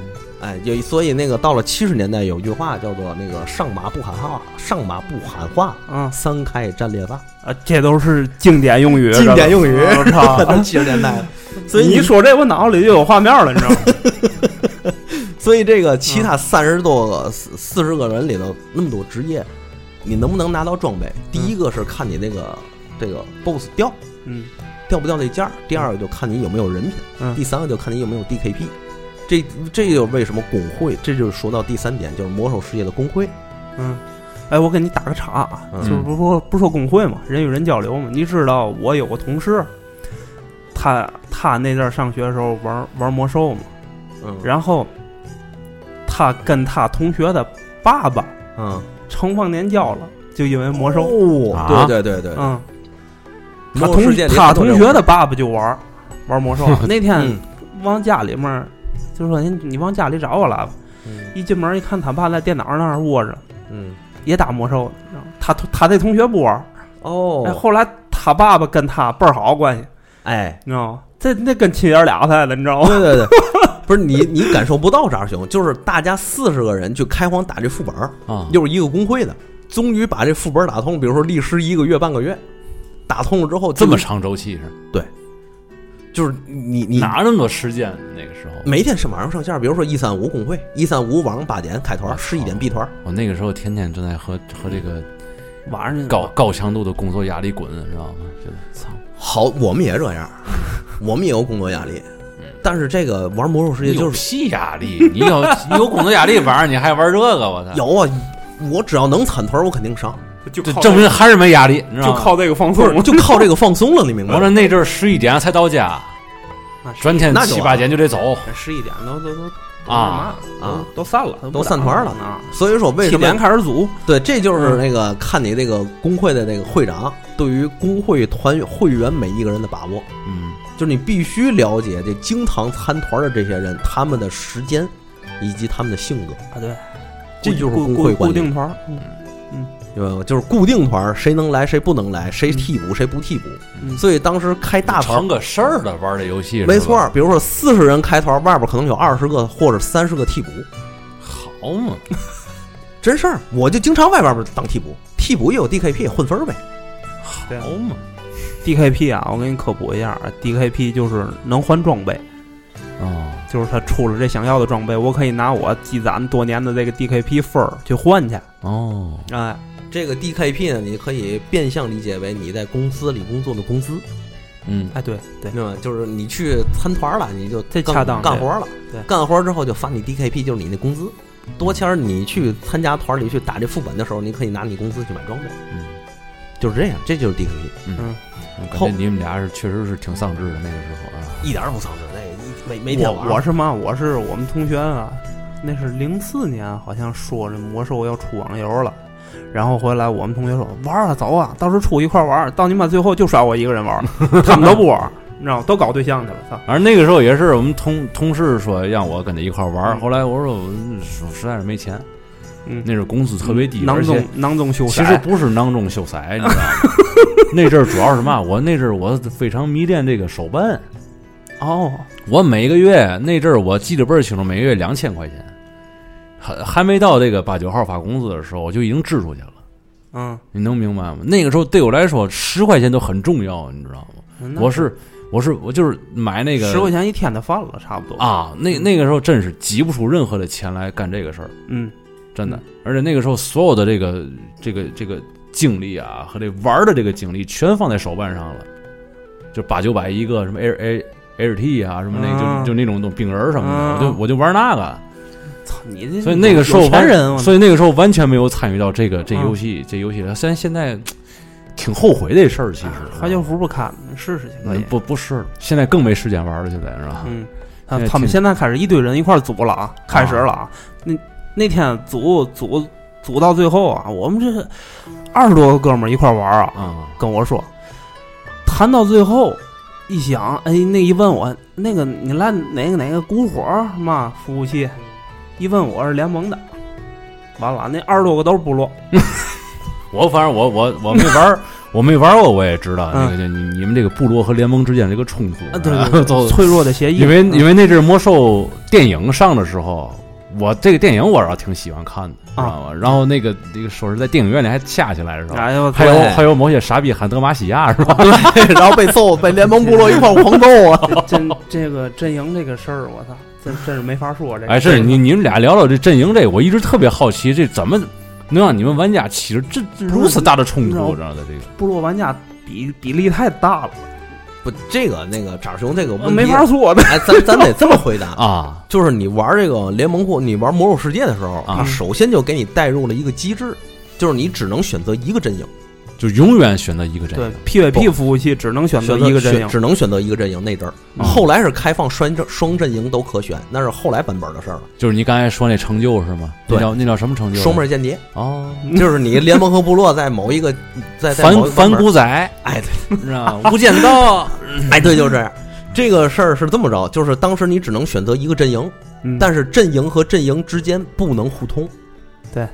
[SPEAKER 3] 哎，有所以那个到了七十年代有一句话叫做那个上马不喊话，上马不喊话，
[SPEAKER 2] 嗯
[SPEAKER 3] 三开战列大，
[SPEAKER 2] 啊，这都是经典用语，
[SPEAKER 3] 经典用 语
[SPEAKER 2] 我操！
[SPEAKER 3] 七十年代了。 所以
[SPEAKER 2] 你
[SPEAKER 3] 你
[SPEAKER 2] 一说这，我脑子里就有画面了，你 知道吗？
[SPEAKER 3] 所以这个其他三十多
[SPEAKER 2] 嗯
[SPEAKER 3] 个、四四十个人里头，那么多职业，你能不能拿到装备？第一个是看你那个这个 BOSS 掉
[SPEAKER 2] 嗯
[SPEAKER 3] 掉不掉这件儿，第二个就看你有没有人品，
[SPEAKER 2] 嗯
[SPEAKER 3] 第三个就看你有没有 DKP。这这就是为什么工会，这就是说到第三点，就是魔兽世界的工会。
[SPEAKER 2] 嗯，哎，我给你打个岔啊，
[SPEAKER 3] 嗯
[SPEAKER 2] 就是不不不说工会嘛，人与人交流嘛。你知道我有个同事，他他那阵儿上学的时候玩玩魔兽嘛，
[SPEAKER 3] 嗯
[SPEAKER 2] 然后他跟他同学的爸爸
[SPEAKER 3] 嗯，
[SPEAKER 2] 成忘年交了，就因为魔兽。
[SPEAKER 3] 兽
[SPEAKER 1] 啊
[SPEAKER 3] 对对对对，
[SPEAKER 2] 嗯，他
[SPEAKER 3] 魔兽
[SPEAKER 2] 同
[SPEAKER 3] 世界里
[SPEAKER 2] 他
[SPEAKER 3] 很多
[SPEAKER 2] 同
[SPEAKER 3] 人
[SPEAKER 2] 学的爸爸就玩玩 魔兽，那天
[SPEAKER 3] 嗯
[SPEAKER 2] 往家里面儿就说你你往家里找我来吧，
[SPEAKER 3] 嗯
[SPEAKER 2] 一进门一看他爸在电脑那儿窝着。
[SPEAKER 3] 嗯
[SPEAKER 2] 也打魔兽，你知道吗他同他这同学不玩儿，哎，
[SPEAKER 3] 哦，
[SPEAKER 2] 后来他爸爸跟他倍儿好关系，
[SPEAKER 3] 哎，
[SPEAKER 2] 你知道吗？这那跟亲爷俩似的，你知道吗？
[SPEAKER 3] 对对对，不是你你感受不到这儿熊，就是大家四十个人去开荒打这副本儿，
[SPEAKER 1] 啊，
[SPEAKER 3] 又是一个工会的，终于把这副本打通，比如说历时一个月半个月，打通了之后，
[SPEAKER 1] 这么
[SPEAKER 3] 就是
[SPEAKER 1] 长周期是
[SPEAKER 3] 就是你你
[SPEAKER 1] 哪那么多时间？那个时候，
[SPEAKER 3] 每天是晚上上线，比如说一三五工会，一三五晚上八点开团
[SPEAKER 1] 我，操
[SPEAKER 3] 十一点闭团，
[SPEAKER 1] 我那个时候天天正在和和这个
[SPEAKER 2] 晚上
[SPEAKER 3] 嗯
[SPEAKER 1] 高高强度的工作压力滚，知道吗？觉得操，
[SPEAKER 3] 好，我们也这 样，我们也有工作压力，但是这个玩魔兽世界
[SPEAKER 1] 你嗯有
[SPEAKER 3] 就是
[SPEAKER 1] 屁压力！你有 你有工作压力玩儿，你还玩这个？我操！
[SPEAKER 3] 有啊，我只要能参团，我肯定上，
[SPEAKER 2] 就
[SPEAKER 1] 这啊
[SPEAKER 2] 靠
[SPEAKER 1] 证明还是没压力，你知
[SPEAKER 2] 就
[SPEAKER 1] 道吗？
[SPEAKER 2] 靠这个放
[SPEAKER 3] 不 是
[SPEAKER 2] 松，
[SPEAKER 3] 就靠这个放松了，你明
[SPEAKER 1] 我
[SPEAKER 3] 白吗？
[SPEAKER 1] 说那阵儿十一点才到家，
[SPEAKER 2] 那是
[SPEAKER 1] 转天
[SPEAKER 3] 那就
[SPEAKER 1] 七
[SPEAKER 3] 完
[SPEAKER 1] 八
[SPEAKER 3] 了
[SPEAKER 1] 点就得走。
[SPEAKER 2] 十一点都都都都
[SPEAKER 1] 啊
[SPEAKER 2] 那嘛
[SPEAKER 3] 啊
[SPEAKER 2] 都都散了，
[SPEAKER 3] 都散团了
[SPEAKER 2] 啊。
[SPEAKER 3] 所以说为
[SPEAKER 2] 七
[SPEAKER 3] 什么
[SPEAKER 2] 点开始组，
[SPEAKER 3] 对，这就是
[SPEAKER 2] 嗯
[SPEAKER 3] 那个看你这个工会的那个会长对于工会团会员每一个人的把握，
[SPEAKER 1] 嗯
[SPEAKER 3] 就是你必须了解这经常参团的这些人，他们的时间以及他们的性格，
[SPEAKER 2] 啊，对，
[SPEAKER 3] 这就是
[SPEAKER 2] 固
[SPEAKER 3] 工
[SPEAKER 2] 固
[SPEAKER 3] 会
[SPEAKER 2] 固
[SPEAKER 3] 管理
[SPEAKER 2] 定团儿，嗯
[SPEAKER 3] 呃，就是固定团儿，谁能来谁不能来，谁替补谁不替补。
[SPEAKER 2] 嗯
[SPEAKER 3] 所以当时开大团
[SPEAKER 1] 成
[SPEAKER 3] 儿，
[SPEAKER 1] 个事儿了，玩这游戏是吧
[SPEAKER 3] 没错儿，，比如说四十人开团儿，外边可能有二十个或者三十个替补，
[SPEAKER 1] 好哦嘛，
[SPEAKER 3] 真事儿。我就经常外边儿当替补，替补也有 DKP 混分儿呗。
[SPEAKER 2] 对
[SPEAKER 1] 好哦嘛，
[SPEAKER 2] DKP 啊，我给你科普一下啊，DKP 就是能换装备，
[SPEAKER 1] 哦，
[SPEAKER 2] 就是他出了这想要的装备，我可以拿我积攒多年的这个 DKP 分儿去换去。
[SPEAKER 1] 哦，
[SPEAKER 2] 哎，
[SPEAKER 3] 这个 DKP 呢，你可以变相理解为你在公司里工作的工资，
[SPEAKER 1] 嗯，
[SPEAKER 2] 哎，对对，
[SPEAKER 3] 对吧？就是你去参团了，你就
[SPEAKER 2] 这
[SPEAKER 3] 干
[SPEAKER 2] 恰当
[SPEAKER 3] 干活了，
[SPEAKER 2] 对
[SPEAKER 3] 干活之后就发你 DKP，就是你那工资。多签儿你去参加团里去打这副本的时候，你可以拿你工资去买装备，
[SPEAKER 1] 嗯，
[SPEAKER 3] 就是这样，这就是 DKP，
[SPEAKER 1] 我感
[SPEAKER 3] 后
[SPEAKER 1] 觉你们俩是确实是挺丧志的那个时候啊，
[SPEAKER 3] 一点儿不藏着，那个一没没天
[SPEAKER 2] 我
[SPEAKER 3] 玩儿
[SPEAKER 2] 我是嘛，我是我们同学啊，那是零四年，啊好像说这魔兽要出网游了。然后回来，我们同学说玩儿啊，走啊，到时候出一块儿玩儿。到你妈最后就耍我一个人玩儿 了，他们都不玩儿，你知道吗？都搞对象去了，操！
[SPEAKER 1] 反正那个时候也是我们同同事说让我跟他一块玩儿，
[SPEAKER 2] 嗯
[SPEAKER 1] 后来我说我实实在是没钱，
[SPEAKER 2] 嗯
[SPEAKER 1] 那时候工资特别低，
[SPEAKER 2] 囊
[SPEAKER 1] 而
[SPEAKER 2] 中
[SPEAKER 1] 且
[SPEAKER 2] 囊中羞
[SPEAKER 1] 其
[SPEAKER 2] 涩。
[SPEAKER 1] 实不是囊中秀才，你知道吗？ 那阵儿主要是嘛，我那阵儿我非常迷恋这个手办，
[SPEAKER 2] 哦，
[SPEAKER 1] 我每个月那阵儿我记得倍儿清楚，每个月两千块钱，还还没到这个八九号发工资的时候，我就已经支出去了。
[SPEAKER 2] 嗯，
[SPEAKER 1] 你能明白吗？那个时候对我来说，十块钱都很重要，你知道吗？
[SPEAKER 2] 那
[SPEAKER 1] 我是我是我就是买那个
[SPEAKER 2] 十块钱一天的饭了，差不嗯多。
[SPEAKER 1] 啊，那那个时候真是挤不出任何的钱来干这个事儿，
[SPEAKER 2] 嗯，
[SPEAKER 1] 真的
[SPEAKER 2] 嗯。
[SPEAKER 1] 而且那个时候所有的这个这个这个精力啊和这玩儿的这个精力全放在手办上了，就八九百一个什么 H H H T 啊什么那
[SPEAKER 2] 啊
[SPEAKER 1] 个就就那种东西饼人儿什么
[SPEAKER 2] 啊
[SPEAKER 1] 的，我就我就玩那个。
[SPEAKER 2] 操你 这，
[SPEAKER 1] 所以那个时候
[SPEAKER 2] 有钱
[SPEAKER 1] 完
[SPEAKER 2] 人，我啊
[SPEAKER 1] 所以那个时候完全没有参与到这个这
[SPEAKER 2] 嗯
[SPEAKER 1] 游戏、这游戏了。虽然现在嘖挺后悔这事儿，其实
[SPEAKER 2] 啊花椒服不看，试试去可以
[SPEAKER 1] 嗯。不不是，现在更没时间玩了，现在是吧？
[SPEAKER 2] 嗯，他
[SPEAKER 1] 现在
[SPEAKER 2] 他们
[SPEAKER 1] 挺
[SPEAKER 2] 现在开始一堆人一块儿组了啊，开始了啊。那那天组组组到最后啊，我们这二十多个哥们儿一块儿玩儿啊，
[SPEAKER 1] 啊、
[SPEAKER 2] 跟我说，谈到最后一想，哎，那一问我那个你来哪个哪个古火儿嘛服务器，一问我是联盟的，完了那二十多个都是部落，
[SPEAKER 1] 我反正我我我没玩儿， 我没玩过，我也知道
[SPEAKER 2] 嗯
[SPEAKER 1] 那个就你你们这个部落和联盟之间这个冲突
[SPEAKER 2] 啊，对
[SPEAKER 1] 是吧
[SPEAKER 2] 对 对
[SPEAKER 1] 都
[SPEAKER 2] 脆弱的协议，
[SPEAKER 1] 因为
[SPEAKER 2] 嗯
[SPEAKER 1] 因为那阵儿魔兽电影上的时候，我这个电影我倒挺喜欢看的，知
[SPEAKER 2] 啊
[SPEAKER 1] 道吗？然后那个那个说是在电影院里还下起来是吧？
[SPEAKER 2] 哎呦，
[SPEAKER 1] 还有
[SPEAKER 2] 对
[SPEAKER 1] 还有某些傻逼喊德玛西亚是吧？
[SPEAKER 3] 然后被揍，被联盟部落一 块儿狂揍啊！
[SPEAKER 2] 真这个阵营这个事儿，我操，真真是没法说这个。
[SPEAKER 1] 哎，是你你们俩聊聊这阵营这个，我一直特别好奇，这怎么能让你们玩家起了这这如此大的冲突？这样的这个，
[SPEAKER 2] 部落玩家比比例太大了，
[SPEAKER 3] 不，这个那个长兄这个问题
[SPEAKER 2] 没法说的。
[SPEAKER 3] 哎，咱咱得这么回答，
[SPEAKER 1] 啊，
[SPEAKER 3] 就是你玩这个联盟或你玩魔兽世界的时候，
[SPEAKER 1] 啊
[SPEAKER 3] 它首先就给你带入了一个机制，就是你只能选择一个阵营，
[SPEAKER 1] 就永远选择一个阵
[SPEAKER 2] 对
[SPEAKER 1] 营。
[SPEAKER 2] ，PVP 服务器只能选择一个阵
[SPEAKER 3] 选
[SPEAKER 2] 营。
[SPEAKER 3] 只能选择一个阵营那阵儿。
[SPEAKER 1] 嗯
[SPEAKER 3] 后来是开放双阵双阵营都可选，那是后来版本的事儿了。
[SPEAKER 1] 就是你刚才说那成就是吗？
[SPEAKER 3] 对
[SPEAKER 1] 那叫那叫什么成就？
[SPEAKER 3] 双面间谍
[SPEAKER 1] 哦，
[SPEAKER 2] 嗯
[SPEAKER 3] 就是你联盟和部落在某一个在在
[SPEAKER 1] 反
[SPEAKER 3] 某一个版
[SPEAKER 1] 反
[SPEAKER 3] 本
[SPEAKER 1] 骨仔，
[SPEAKER 3] 哎
[SPEAKER 1] 知道吗？无间道，
[SPEAKER 3] 哎对，就是这样。这个事儿是这么着，就是当时你只能选择一个阵营，
[SPEAKER 2] 嗯
[SPEAKER 3] 但是阵营和阵营之间不能互通。
[SPEAKER 2] 对，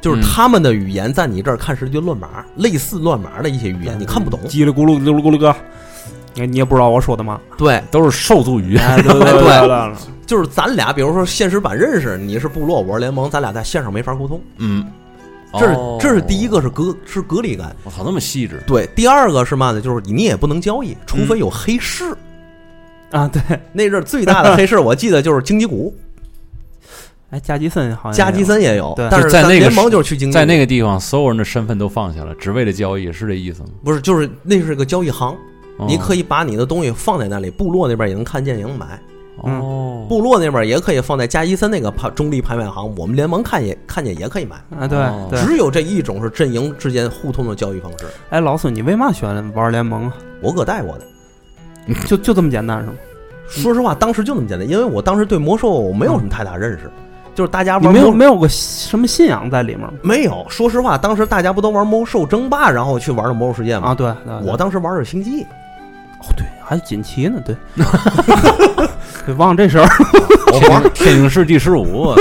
[SPEAKER 3] 就是
[SPEAKER 1] 嗯
[SPEAKER 3] 他们的语言在你这儿看是一堆乱码，类似乱码的一些语
[SPEAKER 2] 嗯
[SPEAKER 3] 言你看不懂。
[SPEAKER 2] 叽里咕噜咕噜咕噜哥，你你也不知道我说的嘛？
[SPEAKER 3] 对，
[SPEAKER 1] 都是兽族语言。
[SPEAKER 2] 哎， 对
[SPEAKER 3] 对对
[SPEAKER 2] 了，
[SPEAKER 3] 就是咱俩，比如说现实版认识，你是部落，我是联盟，咱俩在线上没法沟通，
[SPEAKER 1] 嗯，
[SPEAKER 3] 这是、
[SPEAKER 1] 哦
[SPEAKER 3] 这是第一。个是隔是隔离感，
[SPEAKER 1] 我操，那么细致。
[SPEAKER 3] 对。第二个是嘛呢？就是你也不能交
[SPEAKER 1] 嗯
[SPEAKER 3] 易，除非有黑市。
[SPEAKER 2] 啊，对，
[SPEAKER 3] 那阵儿最大的黑市，我记得就是荆棘谷，
[SPEAKER 2] 哎，加吉森好像
[SPEAKER 3] 加吉森也有
[SPEAKER 2] 对，
[SPEAKER 3] 但是
[SPEAKER 1] 就在
[SPEAKER 3] 咱
[SPEAKER 1] 那个
[SPEAKER 3] 联盟就是去荆棘谷，
[SPEAKER 1] 在那个地方，所有人的身份都放下了，只为了交易，是这意思吗？
[SPEAKER 3] 不是就是那是个交易行，
[SPEAKER 1] 哦
[SPEAKER 3] 你可以把你的东西放在那里，部落那边也能看见，也能买。
[SPEAKER 1] 哦，
[SPEAKER 3] 部落那边也可以放在加吉森那个拍中立拍卖行，我们联盟看也看见也可以买。
[SPEAKER 2] 啊，对
[SPEAKER 1] 哦
[SPEAKER 2] 对。
[SPEAKER 3] 只有这一种是阵营之间互通的交易方式，
[SPEAKER 2] 哎，老孙，你为嘛选玩联盟啊？
[SPEAKER 3] 我可带我的。
[SPEAKER 2] 就就这么简单是吗？
[SPEAKER 3] 说实话，当时就那么简单，因为我当时对魔兽没有什么太大认识，就是大家
[SPEAKER 2] 你
[SPEAKER 3] 玩
[SPEAKER 2] 没有
[SPEAKER 3] 魔
[SPEAKER 2] 没有个什么信仰在里面吗？
[SPEAKER 3] 没有。说实话，当时大家不都玩魔兽争霸，然后去玩的魔兽世界
[SPEAKER 2] 啊，
[SPEAKER 3] 吗？
[SPEAKER 2] 对，对对
[SPEAKER 3] 嗯我当时玩的是 星际，
[SPEAKER 2] 还锦旗 呢，对，对忘了这事儿。
[SPEAKER 1] 天津天津市第十五，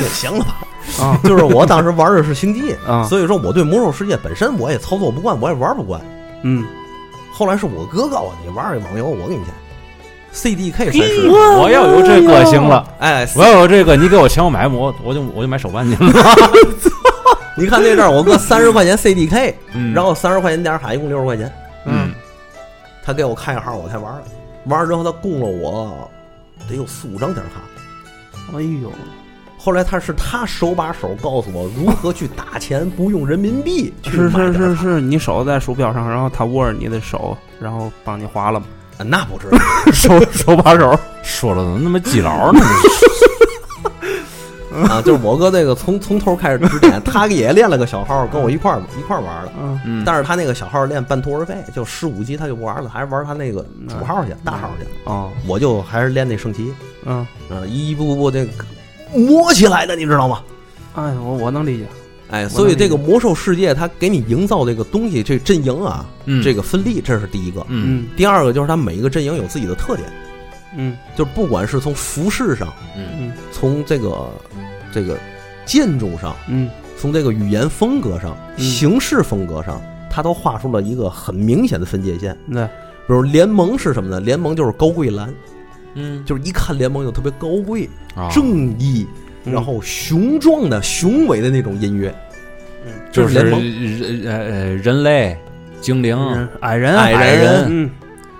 [SPEAKER 3] 也行了吧？
[SPEAKER 2] 啊
[SPEAKER 3] 就是我当时玩的是星际，
[SPEAKER 2] 啊，
[SPEAKER 3] 所以说我对魔兽世界本身我也操作不惯，我也玩不惯。
[SPEAKER 2] 嗯，
[SPEAKER 3] 后来是我哥告诉我你玩儿网游，我给你钱，CDK 三十，
[SPEAKER 1] 我要有这个行了，
[SPEAKER 3] 哎，
[SPEAKER 1] 我要有这个，你给我钱我买，我我就我就买手办去 了。
[SPEAKER 3] 你看那阵儿我哥三十块钱 CDK，
[SPEAKER 1] 嗯
[SPEAKER 3] 然后三十块钱点儿卡一共六十块钱，
[SPEAKER 1] 嗯，
[SPEAKER 3] 他给我开个号我才玩了，玩了之后他供了我得有四五张点儿卡。
[SPEAKER 2] 哎呦，
[SPEAKER 3] 后来他是他手把手告诉我如何去打钱，不用人民币去
[SPEAKER 2] 是
[SPEAKER 3] 买点
[SPEAKER 2] 是是
[SPEAKER 3] 儿卡
[SPEAKER 2] 是，你手在鼠标上，然后他握着你的手，然后帮你划了嘛。
[SPEAKER 3] 啊那不是，
[SPEAKER 2] 手手把手，
[SPEAKER 1] 说了怎么那么记牢呢？
[SPEAKER 3] 啊，就是我哥那个从 从头开始指点，他也练了个小号，跟我一块儿一块儿玩的。
[SPEAKER 2] 嗯，
[SPEAKER 1] 嗯，
[SPEAKER 3] 但是他那个小号练半途而废，就十五级他就不玩了，还是玩他那个主号去，大号去。
[SPEAKER 2] 哦，
[SPEAKER 3] 我就还是练那圣骑，
[SPEAKER 2] 嗯，
[SPEAKER 3] 嗯，一步步那个磨起来的，你知道吗？
[SPEAKER 2] 哎，我我能理解。
[SPEAKER 3] 哎，所以这个魔兽世界它给你营造这个东西，这阵营啊，
[SPEAKER 1] 嗯
[SPEAKER 3] 这个分立，这是第一个。
[SPEAKER 1] 嗯
[SPEAKER 2] 嗯
[SPEAKER 3] 第二个就是它每一个阵营有自己的特点，
[SPEAKER 2] 嗯
[SPEAKER 3] 就是不管是从服饰上，
[SPEAKER 1] 嗯
[SPEAKER 2] 嗯
[SPEAKER 3] 从这个这个建筑上，
[SPEAKER 2] 嗯
[SPEAKER 3] 从这个语言风格上、
[SPEAKER 2] 嗯
[SPEAKER 3] 形式风格上，它都画出了一个很明显的分界线。
[SPEAKER 2] 嗯，对，
[SPEAKER 3] 比如联盟是什么呢？联盟就是高贵蓝，
[SPEAKER 1] 嗯，
[SPEAKER 3] 就是一看联盟就特别高贵、
[SPEAKER 1] 啊
[SPEAKER 3] 正义，
[SPEAKER 2] 嗯
[SPEAKER 3] 然后雄壮的、雄伟的那种音乐。
[SPEAKER 2] 嗯
[SPEAKER 1] 就
[SPEAKER 3] 就是
[SPEAKER 1] 是
[SPEAKER 3] 联盟
[SPEAKER 1] 人呃呃人类、精灵，
[SPEAKER 2] 人矮人
[SPEAKER 3] 矮
[SPEAKER 1] 人
[SPEAKER 2] 嗯，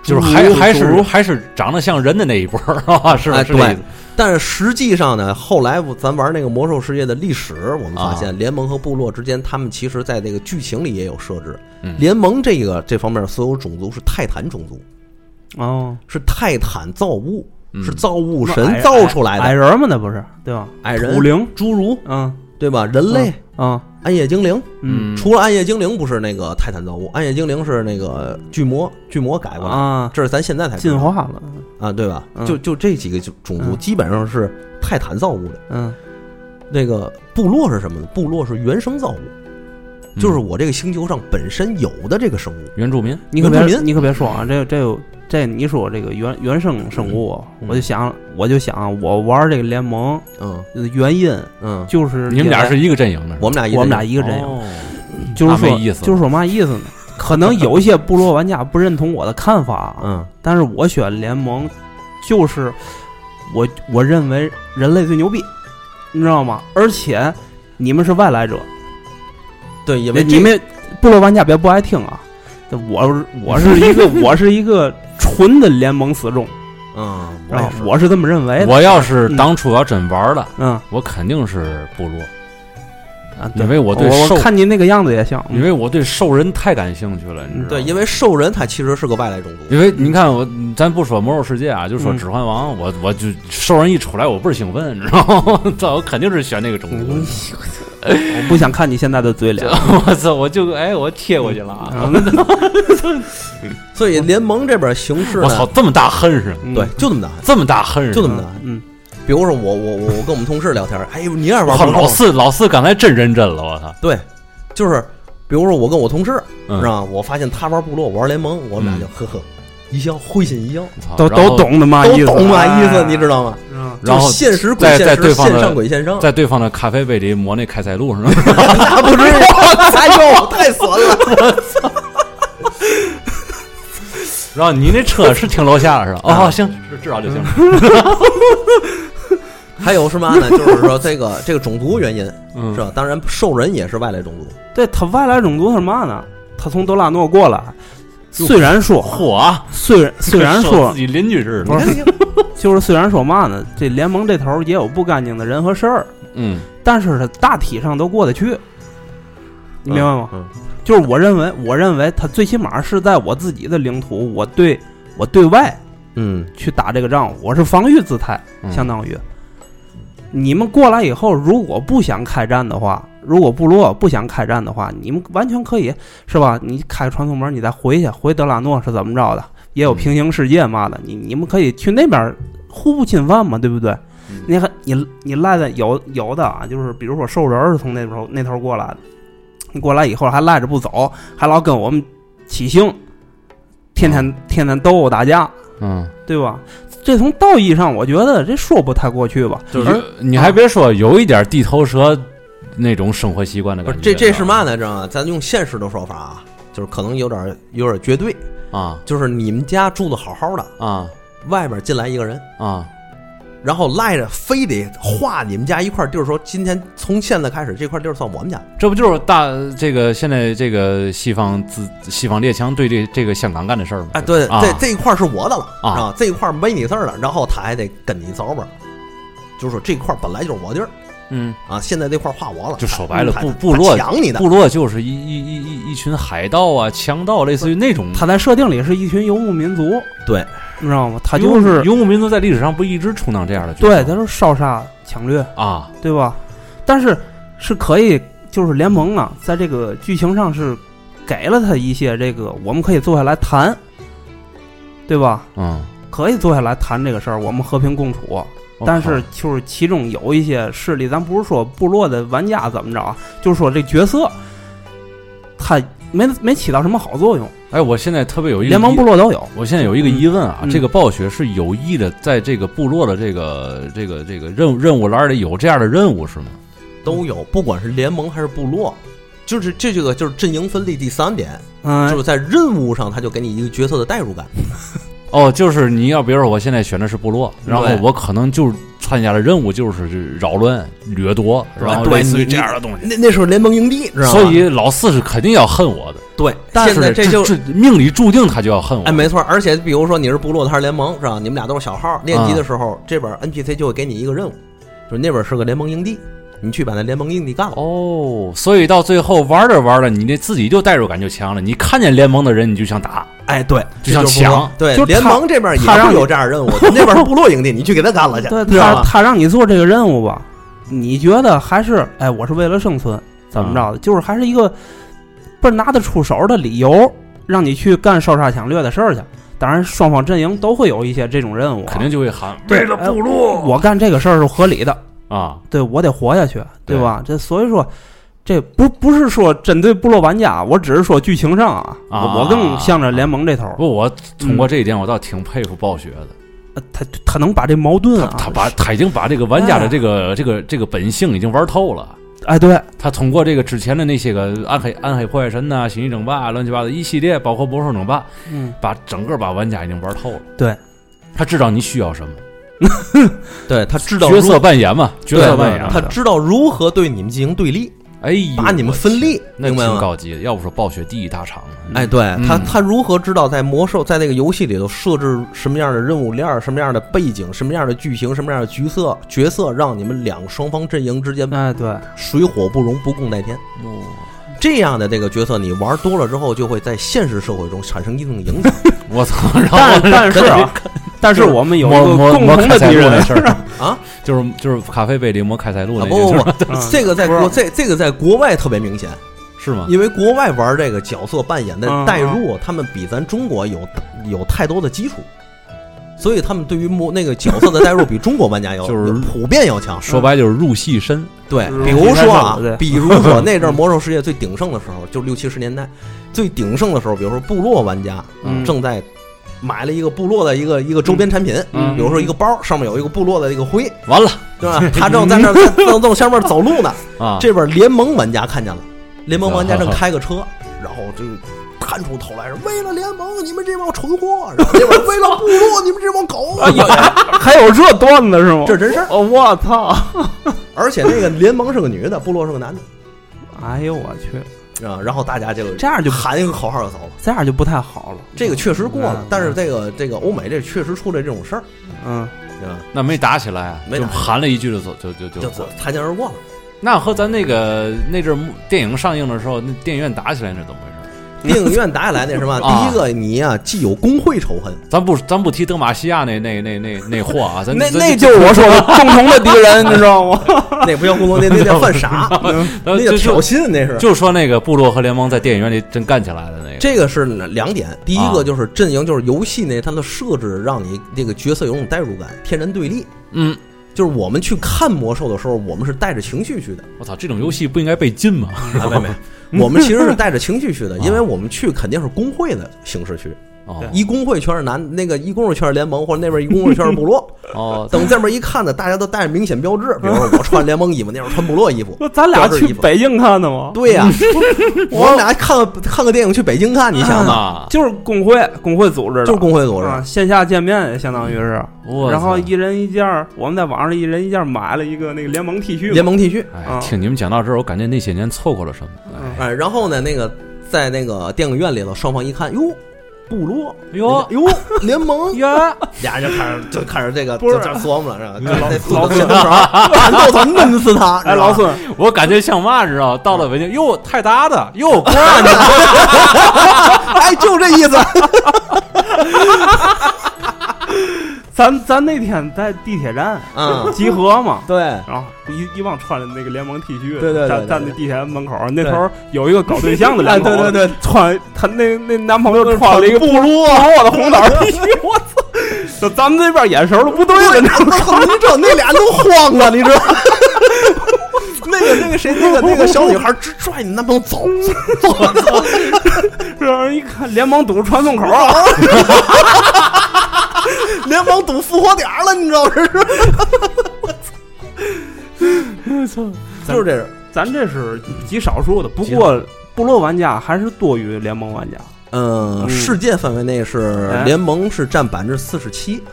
[SPEAKER 1] 就是还还是还是长得像人的那一波儿 啊，是
[SPEAKER 3] 哎
[SPEAKER 1] 是这意思
[SPEAKER 3] 但是实际上呢，后来我咱玩那个魔兽世界的历史，我们发现、联盟和部落之间，他们其实在这个剧情里也有设置。
[SPEAKER 1] 嗯
[SPEAKER 3] 联盟这个这方面，所有种族是泰坦种族，
[SPEAKER 2] 哦，
[SPEAKER 3] 是泰坦造物，
[SPEAKER 1] 嗯
[SPEAKER 3] 是造物
[SPEAKER 2] 那
[SPEAKER 3] 神
[SPEAKER 2] 矮
[SPEAKER 3] 造出来
[SPEAKER 2] 矮
[SPEAKER 3] 的。
[SPEAKER 2] 人嘛，那不是对吧？
[SPEAKER 3] 矮
[SPEAKER 2] 土
[SPEAKER 3] 人、
[SPEAKER 2] 灵，
[SPEAKER 3] 侏儒，
[SPEAKER 2] 嗯，
[SPEAKER 3] 对吧？人类、
[SPEAKER 2] 嗯
[SPEAKER 3] 暗夜精灵，
[SPEAKER 1] 嗯，
[SPEAKER 2] 嗯
[SPEAKER 3] 除了暗夜精灵不是那个泰坦造物，暗夜精灵是那个巨魔，巨魔改过来，
[SPEAKER 2] 啊，
[SPEAKER 3] 这是咱现在才知道
[SPEAKER 2] 进化了，
[SPEAKER 3] 啊，对吧？
[SPEAKER 2] 嗯
[SPEAKER 3] 就就这几个种族
[SPEAKER 2] 嗯
[SPEAKER 3] 基本上是泰坦造物的。
[SPEAKER 2] 嗯
[SPEAKER 3] 那个部落是什么呢？部落是原生造物，
[SPEAKER 1] 嗯
[SPEAKER 3] 就是我这个星球上本身有的这个生物。
[SPEAKER 1] 原住民，
[SPEAKER 2] 你可
[SPEAKER 3] 原住
[SPEAKER 2] 别
[SPEAKER 3] 民
[SPEAKER 2] 你可别说啊，这这有这你说这个原原生生物啊，
[SPEAKER 3] 嗯
[SPEAKER 2] 我就想我就想啊我玩这个联盟
[SPEAKER 3] 嗯
[SPEAKER 2] 呃原因
[SPEAKER 3] 嗯，
[SPEAKER 2] 就是
[SPEAKER 1] 你们俩是一个阵营的，哦
[SPEAKER 3] 我们俩
[SPEAKER 2] 我们俩
[SPEAKER 3] 一
[SPEAKER 2] 一个阵营，
[SPEAKER 1] 营，
[SPEAKER 2] 就是
[SPEAKER 1] 那
[SPEAKER 2] 说
[SPEAKER 1] 没意思
[SPEAKER 2] 就是说嘛意思呢？可能有一些部落玩家不认同我的看法啊，
[SPEAKER 3] 嗯
[SPEAKER 2] 但是我选联盟，就是我我认为人类最牛逼，你知道吗？而且你们是外来者，
[SPEAKER 3] 对，因为
[SPEAKER 2] 你
[SPEAKER 3] 这
[SPEAKER 2] 们部落玩家别不爱听啊。这我是我是一个 我是一个纯的联盟死忠，
[SPEAKER 3] 嗯，
[SPEAKER 2] 知道
[SPEAKER 3] 也
[SPEAKER 2] 吗
[SPEAKER 3] 是
[SPEAKER 2] 我是这么认为的。
[SPEAKER 1] 我要是当初要真玩了，
[SPEAKER 2] 嗯
[SPEAKER 1] 我肯定是部落，
[SPEAKER 2] 啊，对
[SPEAKER 1] 因为我
[SPEAKER 2] 我
[SPEAKER 1] 对兽
[SPEAKER 2] 我，看你那个样子也像，
[SPEAKER 1] 因为我对兽人太感兴趣了，你知道吗
[SPEAKER 3] 对，因为兽人他其实是个外来种族。
[SPEAKER 1] 因为你看我，咱不说魔兽世界啊，就说
[SPEAKER 2] 嗯
[SPEAKER 1] 指环王，我我就兽人一出来，我倍儿兴奋，你知道吗？ 我肯定是选那个种族
[SPEAKER 2] 嗯。我不想看你现在的嘴脸。 啊
[SPEAKER 1] 我操，我就哎，我贴过去了
[SPEAKER 2] 嗯
[SPEAKER 1] 啊！
[SPEAKER 3] 所以联盟这边形式
[SPEAKER 1] 我操，
[SPEAKER 3] 呢，
[SPEAKER 1] 这么大恨是吗？
[SPEAKER 2] 嗯
[SPEAKER 3] 对，，就这么大。
[SPEAKER 1] 这么大恨是吗？
[SPEAKER 3] 就这么大
[SPEAKER 2] 嗯，
[SPEAKER 3] 比如说我我我我跟我们同事聊天，哎呦，你也
[SPEAKER 1] 我
[SPEAKER 3] 玩
[SPEAKER 1] 靠，
[SPEAKER 3] 魔
[SPEAKER 1] 老
[SPEAKER 3] 兽？
[SPEAKER 1] 四老四刚才真认真了，我操！
[SPEAKER 3] 对，就是比如说我跟我同事，
[SPEAKER 1] 嗯
[SPEAKER 3] 是吧？啊我发现他玩部落，我玩联盟，我们俩就呵呵一笑，会心一笑，
[SPEAKER 1] 操
[SPEAKER 2] 都
[SPEAKER 1] 然
[SPEAKER 2] 都
[SPEAKER 1] 后
[SPEAKER 2] 懂的嘛
[SPEAKER 3] 都
[SPEAKER 2] 意思，
[SPEAKER 3] 懂嘛意思，
[SPEAKER 2] 哎
[SPEAKER 3] 你知道吗？
[SPEAKER 2] 嗯
[SPEAKER 1] 啊然后
[SPEAKER 3] 就是现实
[SPEAKER 1] 在
[SPEAKER 3] 滚现
[SPEAKER 1] 在
[SPEAKER 3] 实，
[SPEAKER 1] 对方的
[SPEAKER 3] 线上滚线上，
[SPEAKER 1] 在对方的咖啡杯里抹那开塞露是吗？
[SPEAKER 3] 那不至于，哎呦，太损了！
[SPEAKER 1] 然后你那车是停楼下了是吧？哦，行，知知道就行了。
[SPEAKER 3] 还有是嘛 呢？就是说这个这个种族原因
[SPEAKER 1] 嗯
[SPEAKER 3] 是，吧？当然，兽人也是外来种族，
[SPEAKER 2] 对他外来种族是嘛呢？他从德拉诺过来，虽然说，
[SPEAKER 1] 嚯啊！
[SPEAKER 2] 虽然虽然
[SPEAKER 1] 跟
[SPEAKER 2] 说
[SPEAKER 1] 自，己邻居似
[SPEAKER 3] 你
[SPEAKER 1] 的，
[SPEAKER 3] 看你 看，
[SPEAKER 2] 就是虽然说嘛呢，这联盟这头也有不干净的人和事儿，
[SPEAKER 1] 嗯，
[SPEAKER 2] 但是他大体上都过得去，你明白吗？
[SPEAKER 3] 嗯？
[SPEAKER 2] 就是我认为，我认为他最起码是在我自己的领土，我对我对外
[SPEAKER 3] 嗯，
[SPEAKER 2] 去打这个仗，我是防御姿态，
[SPEAKER 1] 嗯
[SPEAKER 2] 相当于。你们过来以后，如果不想开战的话，如果部落不想开战的话，你们完全可以，是吧？你开传送门，你再回去，回德拉诺是怎么着的？也有平行世界嘛的，你你们可以去那边互不侵犯嘛，对不对
[SPEAKER 1] 嗯？
[SPEAKER 2] 你看你你赖在有有的啊，就是比如说兽人儿是从那头那头过来的，你过来以后还赖着不走，还老跟我们起兴，天天天天斗殴打架，
[SPEAKER 1] 嗯，
[SPEAKER 2] 对吧？这从道义上，我觉得这说不太过去吧。
[SPEAKER 1] 就是你还别说，有一点地头蛇那种生活习惯的
[SPEAKER 3] 啊不
[SPEAKER 1] 感
[SPEAKER 3] 是
[SPEAKER 1] 觉。
[SPEAKER 3] 这这是嘛来着啊？咱用现实的说法啊，就是可能有点有点绝对，
[SPEAKER 1] 啊
[SPEAKER 3] 就是你们家住的好好的，
[SPEAKER 1] 啊
[SPEAKER 3] 外边进来一个人，
[SPEAKER 1] 啊
[SPEAKER 3] 然后赖着非得划你们家一块地儿，说今天从现在开始这块地儿算我们家。
[SPEAKER 1] 这不就是大这个现在这个西方自西方列强对这这个香港干的事儿吗？
[SPEAKER 3] 哎，对，
[SPEAKER 1] 啊
[SPEAKER 3] 这这一块是我的了
[SPEAKER 1] 啊
[SPEAKER 3] 啊，这一块没你事儿了，然后他还得跟你凿吧，就是说这块本来就是我地儿
[SPEAKER 1] 嗯，
[SPEAKER 3] 啊，现在这块划我了，
[SPEAKER 1] 就说白了，
[SPEAKER 3] 他
[SPEAKER 1] 部
[SPEAKER 3] 他
[SPEAKER 1] 部落
[SPEAKER 3] 抢你的，
[SPEAKER 1] 部落就是一一一一一群海盗啊、强盗，类似于那种。
[SPEAKER 2] 他在设定里是一群游牧民族，
[SPEAKER 3] 对，
[SPEAKER 2] 你知道吗？他
[SPEAKER 1] 他
[SPEAKER 2] 就是
[SPEAKER 1] 游牧民族在历史上不一直充当这样的角色
[SPEAKER 2] 对，他是烧杀抢掠，
[SPEAKER 1] 啊，
[SPEAKER 2] 对吧？但是是可以，就是联盟啊，在这个剧情上是给了他一些这个，我们可以坐下来谈，对吧？
[SPEAKER 1] 嗯，
[SPEAKER 2] 可以坐下来谈这个事儿，我们和平共处。
[SPEAKER 1] 我
[SPEAKER 2] 但
[SPEAKER 1] 靠
[SPEAKER 2] 是就是其中有一些势力，咱不是说部落的玩家怎么着啊，就是说这角色，他没没起到什么好作用。
[SPEAKER 1] 哎，我现在特别有一个
[SPEAKER 2] 联盟
[SPEAKER 1] 疑
[SPEAKER 2] 部落都有，
[SPEAKER 1] 我现在有一个疑问啊，
[SPEAKER 2] 嗯嗯
[SPEAKER 1] 这个暴雪是有意的在这个部落的这个这个这个任务任务栏里有这样的任务是吗？
[SPEAKER 3] 都有，不管是联盟还是部落，就是这这个就是阵营分立第三点，就
[SPEAKER 2] 嗯，
[SPEAKER 3] 是在任务上他就给你一个角色的代入感，
[SPEAKER 1] 哦，就是你要比如说我现在选的是部落，然后
[SPEAKER 3] 对
[SPEAKER 1] 我可能就是参加了任务就是扰乱、掠夺，
[SPEAKER 3] 是吧
[SPEAKER 1] 然后
[SPEAKER 3] 对
[SPEAKER 1] 类似于
[SPEAKER 3] 你
[SPEAKER 1] 这样的东西，
[SPEAKER 3] 那那时候联盟营地，知道吗？
[SPEAKER 1] 嗯所以老四是肯定要恨我的。
[SPEAKER 3] 对，
[SPEAKER 1] 但
[SPEAKER 3] 现在
[SPEAKER 1] 是
[SPEAKER 3] 这就
[SPEAKER 1] 命里注定他就要恨我。
[SPEAKER 3] 哎，没错，而且比如说你是部落，他是联盟，是吧？你们俩都是小号，练级
[SPEAKER 1] 嗯
[SPEAKER 3] 的时候，这边 NPC 就会给你一个任务，就是那边是个联盟营地，你去把那联盟营地干了。
[SPEAKER 1] 哦，所以到最后玩着玩着，你这自己就代入感就强了。你看见联盟的人，你就想打，
[SPEAKER 3] 哎，对，
[SPEAKER 1] 就想抢。
[SPEAKER 3] 对
[SPEAKER 2] 就，
[SPEAKER 3] 联
[SPEAKER 2] 他
[SPEAKER 3] 盟这边也
[SPEAKER 2] 他让
[SPEAKER 3] 会
[SPEAKER 2] 你
[SPEAKER 3] 有这样的任务，那边是部落营地，你去给他干了去，
[SPEAKER 2] 对
[SPEAKER 3] 知道
[SPEAKER 2] 他
[SPEAKER 3] 吧？
[SPEAKER 2] 他让你做这个任务吧，你觉得还是哎，我是为了生存，怎么着的？就是还是一个倍儿拿得出手的理由，让你去干烧杀抢掠的事儿去。当然，双方阵营都会有一些这种任务啊，
[SPEAKER 1] 肯定就会喊
[SPEAKER 2] 对哎我干这个事儿是合理的，
[SPEAKER 1] 啊，
[SPEAKER 2] 对我得活下去，对吧？这所以说，这不不是说针对部落玩家，我只是说剧情上啊，
[SPEAKER 1] 啊
[SPEAKER 2] 我我更向着联盟这头，
[SPEAKER 1] 不，我通过这一点，我倒挺佩服暴雪的。
[SPEAKER 2] 呃他他能把这矛盾
[SPEAKER 3] 嗯
[SPEAKER 2] 啊，
[SPEAKER 1] 他把他已经把这个玩家的这
[SPEAKER 3] 哎
[SPEAKER 1] 个这个这个本性已经玩透了。
[SPEAKER 2] 哎对，
[SPEAKER 1] 他通过这个之前的那些个暗黑暗黑破坏神呐、星际争霸、啊乱七八糟一系列，包括魔兽争霸，
[SPEAKER 2] 嗯，
[SPEAKER 1] 把整个把玩家已经玩透了。
[SPEAKER 2] 对，
[SPEAKER 1] 他知道你需要什么，
[SPEAKER 3] 对他知道
[SPEAKER 1] 角
[SPEAKER 3] 如
[SPEAKER 1] 色扮演嘛，角
[SPEAKER 3] 对
[SPEAKER 1] 色扮演
[SPEAKER 2] 嘛
[SPEAKER 1] 嘛。
[SPEAKER 3] 他知道如何对你们进行对立，
[SPEAKER 1] 哎呦，
[SPEAKER 3] 把你们分裂，
[SPEAKER 1] 那
[SPEAKER 3] 明
[SPEAKER 1] 挺
[SPEAKER 3] 白吗？
[SPEAKER 1] 高级的，要不说暴雪第一大厂呢。
[SPEAKER 3] 哎，对他，
[SPEAKER 1] 嗯
[SPEAKER 3] 他如何知道在魔兽在那个游戏里头设置什么样的任务链儿、什么样的背景、什么样的剧情、什么样的角色角色，让你们两双方阵营之间
[SPEAKER 2] 哎对，
[SPEAKER 3] 水火不容、不共戴天？这样的这个角色，你玩多了之后，就会在现实社会中产生一定影响。
[SPEAKER 1] 我操！然 后
[SPEAKER 2] 但
[SPEAKER 1] 我
[SPEAKER 2] 但是啊，但是我们有一
[SPEAKER 1] 摸
[SPEAKER 2] 个
[SPEAKER 1] 摸
[SPEAKER 2] 共
[SPEAKER 1] 摸
[SPEAKER 2] 同
[SPEAKER 1] 开
[SPEAKER 2] 的
[SPEAKER 1] 塞
[SPEAKER 2] 敌
[SPEAKER 1] 露
[SPEAKER 2] 人
[SPEAKER 1] 那事儿
[SPEAKER 3] 啊，
[SPEAKER 1] 就是就是咖啡杯里磨开塞露
[SPEAKER 3] 啊
[SPEAKER 1] 那
[SPEAKER 3] 不
[SPEAKER 1] 件事
[SPEAKER 3] 不
[SPEAKER 1] 儿，
[SPEAKER 3] 不，
[SPEAKER 2] 嗯
[SPEAKER 3] 这个在
[SPEAKER 2] 不
[SPEAKER 3] 国
[SPEAKER 2] 是
[SPEAKER 3] 这这个在国外特别明显，
[SPEAKER 1] 是吗？
[SPEAKER 3] 因为国外玩这个角色扮演的
[SPEAKER 2] 嗯
[SPEAKER 3] 代入，他们比咱中国有有太多的基础，所以他们对于魔那个角色的代入比中国玩家要
[SPEAKER 1] 就是
[SPEAKER 3] 要普遍要强。嗯
[SPEAKER 1] 说白就是入戏深，
[SPEAKER 3] 对
[SPEAKER 2] 就是，
[SPEAKER 3] 比如说啊
[SPEAKER 2] 一开始对，
[SPEAKER 3] 比如说那阵儿魔兽世界最鼎盛的时候，就六七十年代最鼎盛的时候，比如说部落玩家啊
[SPEAKER 2] 嗯
[SPEAKER 3] 正在买了一个部落的一个一个周边产品，
[SPEAKER 2] 嗯
[SPEAKER 3] 比如说一个包，上面有一个部落的一个徽，
[SPEAKER 1] 完了
[SPEAKER 3] 对吧？他正在那儿正正下面走路呢，
[SPEAKER 1] 啊！
[SPEAKER 3] 这边联盟玩家看见了，联盟玩家正开个车，然后就。探出头来说：“为了联盟，你们这帮蠢货！”然后那边为了部落，你们这帮狗！ 啊哎
[SPEAKER 2] 还有这段子是吗？
[SPEAKER 3] 这真事儿，
[SPEAKER 2] 哦，我操！
[SPEAKER 3] 而且那个联盟是个女的，部落是个男的
[SPEAKER 2] 哎呦我去，
[SPEAKER 3] 啊。然后大家就
[SPEAKER 2] 这样就
[SPEAKER 3] 喊一个口号就走了。
[SPEAKER 2] 这样就不太好了。
[SPEAKER 3] 这个确实过了
[SPEAKER 2] 嗯，
[SPEAKER 3] 但是这个这个欧美这确实出来这种事儿，
[SPEAKER 2] 嗯，
[SPEAKER 3] 对吧？
[SPEAKER 1] 那没打起来啊，
[SPEAKER 3] 没
[SPEAKER 1] 就
[SPEAKER 3] 打起来
[SPEAKER 1] 喊了一句就走，就就就
[SPEAKER 3] 就
[SPEAKER 1] 走。
[SPEAKER 3] 擦肩而过了。
[SPEAKER 1] 那和咱那个那阵儿电影上映的时候，那电影院打起来那怎么回事？
[SPEAKER 3] 电影院打起来那什么，
[SPEAKER 1] 啊
[SPEAKER 3] 第一个你呀、既有工会仇恨，
[SPEAKER 1] 咱不咱不提德玛西亚那那那那那货啊，咱
[SPEAKER 2] 那
[SPEAKER 1] 咱
[SPEAKER 2] 那就是我说的共同的敌人，你知道吗？
[SPEAKER 3] 那不叫工作，那那叫犯傻，
[SPEAKER 1] 咱
[SPEAKER 3] 那
[SPEAKER 1] 就
[SPEAKER 3] 叫挑
[SPEAKER 1] 就
[SPEAKER 3] 衅，那是。
[SPEAKER 1] 就说那个部落和联盟在电影院里真干起来的那个，
[SPEAKER 3] 这个是两点，第一
[SPEAKER 1] 啊
[SPEAKER 3] 个就是阵营，就是游戏那它的设置让你那个角色有种代入感，天然对立。
[SPEAKER 1] 嗯，
[SPEAKER 3] 就是我们去看魔兽的时候，我们是带着情绪去的，
[SPEAKER 1] 我操，这种游戏不应该被禁吗？
[SPEAKER 3] 啊，没没，我们其实是带着情绪去的，因为我们去肯定是工会的形式去，
[SPEAKER 1] 哦
[SPEAKER 3] 一工会全是男，那个一工会全是联盟，或者那边一工会全是部落。
[SPEAKER 1] 哦，
[SPEAKER 3] 等这边一看呢，大家都带着明显标志，比如说我穿联盟衣服，那边穿部落衣服。
[SPEAKER 2] 说咱俩去北京看的吗？
[SPEAKER 3] 对呀、我们俩看个看个电影去北京看，你想吧，
[SPEAKER 1] 啊，
[SPEAKER 2] 就是工会，工会组织的，
[SPEAKER 3] 就是工会组织。
[SPEAKER 2] 啊，线下见面也相当于是，
[SPEAKER 3] 嗯
[SPEAKER 1] 我
[SPEAKER 2] 然后
[SPEAKER 1] 操
[SPEAKER 2] 一人一件儿，我们在网上一人一件儿买了一个那个联盟 T 恤嘛，
[SPEAKER 3] 联盟 T 恤。
[SPEAKER 1] 哎
[SPEAKER 2] 啊，
[SPEAKER 1] 听你们讲到这儿，我感觉那些年错过了什么。
[SPEAKER 2] 嗯
[SPEAKER 3] 哎，然后呢，那个在那个电影院里头，双方一看，哟，部落，
[SPEAKER 1] 哟
[SPEAKER 3] 哟，联盟，
[SPEAKER 1] 呀，
[SPEAKER 3] 俩人就开始就开始这个
[SPEAKER 2] 不是
[SPEAKER 3] 就在这琢磨了，是吧？
[SPEAKER 2] 老
[SPEAKER 3] 这这
[SPEAKER 2] 老
[SPEAKER 3] 这这打到他闷死他！
[SPEAKER 2] 哎，
[SPEAKER 3] 是吧
[SPEAKER 2] 老孙，
[SPEAKER 1] 我感觉像嘛知道？到了北京，哟，泰达的，哟，国安的，
[SPEAKER 3] 哎，就这意思。
[SPEAKER 2] 咱咱那天在地铁站
[SPEAKER 3] 嗯
[SPEAKER 2] 集合嘛，
[SPEAKER 3] 对，
[SPEAKER 2] 然后一一帮穿着那个联盟 T 恤，
[SPEAKER 3] 对对对对
[SPEAKER 2] 站
[SPEAKER 3] 对
[SPEAKER 2] 站在地铁站门口，那头儿有一个搞对象的
[SPEAKER 3] 哎，
[SPEAKER 2] 两口
[SPEAKER 3] 对
[SPEAKER 2] 子，
[SPEAKER 3] 对对，
[SPEAKER 2] 穿他那那男朋友穿了一个布落的红 袄 T 恤，我操，这咱们这边眼神儿都不对了，你知道吗
[SPEAKER 3] 你知道那俩都慌了，你知道？那个那个谁，那个那个小女孩直拽你男朋友走，走走，
[SPEAKER 2] 让人一看联盟堵传送口啊，
[SPEAKER 3] 联盟堵复活点儿了，你知道是？就是这是，
[SPEAKER 2] 咱这是极少数的，不过部落玩家还是多于联盟玩家。
[SPEAKER 3] 嗯，
[SPEAKER 2] 嗯
[SPEAKER 3] 世界范围内是
[SPEAKER 2] 哎
[SPEAKER 3] 联盟是占百分之四十七，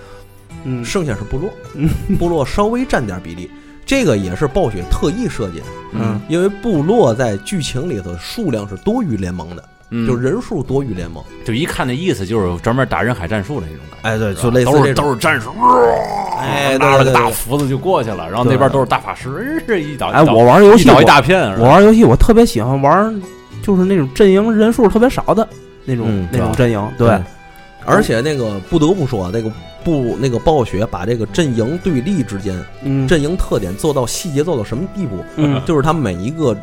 [SPEAKER 2] 嗯，
[SPEAKER 3] 剩下是部落
[SPEAKER 2] 嗯，
[SPEAKER 3] 部落稍微占点比例。这个也是暴雪特意设计的，
[SPEAKER 2] 嗯，
[SPEAKER 3] 因为部落在剧情里头数量是多于联盟的，
[SPEAKER 1] 嗯
[SPEAKER 3] 就人数多于联盟。
[SPEAKER 1] 就一看那意思，就是专门打人海战术的那种感觉。
[SPEAKER 3] 哎，对，
[SPEAKER 1] 是吧
[SPEAKER 3] 就类似
[SPEAKER 1] 都
[SPEAKER 3] 这
[SPEAKER 1] 是
[SPEAKER 3] 种。
[SPEAKER 1] 都是战术，
[SPEAKER 3] 哎，
[SPEAKER 1] 拿了
[SPEAKER 3] 对
[SPEAKER 1] 个
[SPEAKER 3] 对
[SPEAKER 1] 大
[SPEAKER 3] 对，
[SPEAKER 1] 斧子就过去了，然后
[SPEAKER 3] 对
[SPEAKER 1] 那边都是大法师，这一倒
[SPEAKER 2] 哎，
[SPEAKER 1] 一倒
[SPEAKER 2] 我玩游
[SPEAKER 1] 一
[SPEAKER 2] 戏，
[SPEAKER 1] 啊倒一
[SPEAKER 2] 我
[SPEAKER 1] 大片，是吧
[SPEAKER 2] 我玩游戏，我特别喜欢玩，就是那种阵营人数特别少的那种、
[SPEAKER 3] 嗯
[SPEAKER 2] 那
[SPEAKER 3] 是
[SPEAKER 2] 种
[SPEAKER 3] 吧
[SPEAKER 2] 阵营。对，
[SPEAKER 3] 嗯而且那个不得不说，那个不那个暴雪把这个阵营对立之间、
[SPEAKER 2] 嗯，
[SPEAKER 3] 阵营特点做到细节做到什么地步？
[SPEAKER 2] 嗯
[SPEAKER 3] 就是他每一个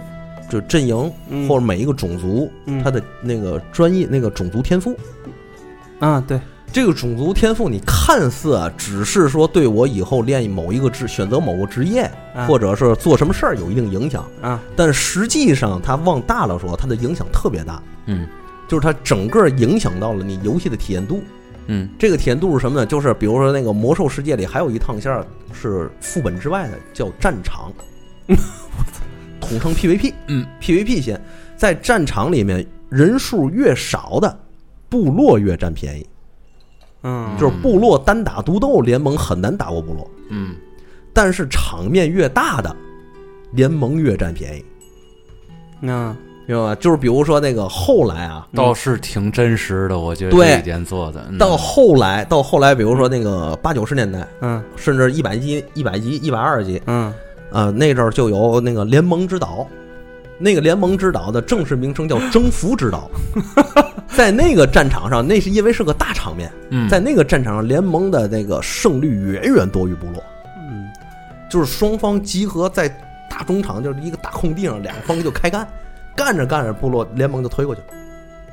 [SPEAKER 3] 就阵营
[SPEAKER 2] 嗯
[SPEAKER 3] 或者每一个种族，
[SPEAKER 2] 嗯
[SPEAKER 3] 他的那个专业那个种族天赋。
[SPEAKER 2] 啊，对，
[SPEAKER 3] 这个种族天赋，你看似啊，只是说对我以后练某一个职，选择某个职业，
[SPEAKER 2] 啊
[SPEAKER 3] 或者是做什么事儿有一定影响，
[SPEAKER 2] 啊，
[SPEAKER 3] 但实际上它往大了说，它的影响特别大。
[SPEAKER 1] 嗯，
[SPEAKER 3] 就是它整个影响到了你游戏的体验度。
[SPEAKER 1] 嗯
[SPEAKER 3] 这个体验度是什么呢？就是比如说那个魔兽世界里还有一趟线儿是副本之外的，叫战 场，统称 PVP。
[SPEAKER 1] 嗯
[SPEAKER 3] ，PVP 先在战场里面人数越少的部落越占便宜，
[SPEAKER 2] 嗯，
[SPEAKER 3] 就是部落单打独斗，联盟很难打过部落。
[SPEAKER 1] 嗯，
[SPEAKER 3] 但是场面越大的联盟越占便宜，
[SPEAKER 2] 嗯，
[SPEAKER 3] 明白吗？就是比如说那个后来啊，
[SPEAKER 1] 倒是挺真实的，我觉得
[SPEAKER 3] 对
[SPEAKER 1] 这一点做的。嗯
[SPEAKER 3] 到后来到后来，比如说那个八九十年代，
[SPEAKER 2] 嗯，
[SPEAKER 3] 甚至一百级、一百级、一百二级，
[SPEAKER 2] 嗯，
[SPEAKER 3] 呃，那阵儿就有那个联盟之岛，那个联盟之岛的正式名称叫征服之 岛，在那个战场上，那是因为是个大场面，
[SPEAKER 1] 嗯
[SPEAKER 3] 在那个战场上，联盟的那个胜率远远多于部落，
[SPEAKER 2] 嗯，
[SPEAKER 3] 就是双方集合在大中场，就是一个大空地上，两方就开干， 干着干着，部落联盟就推过去了，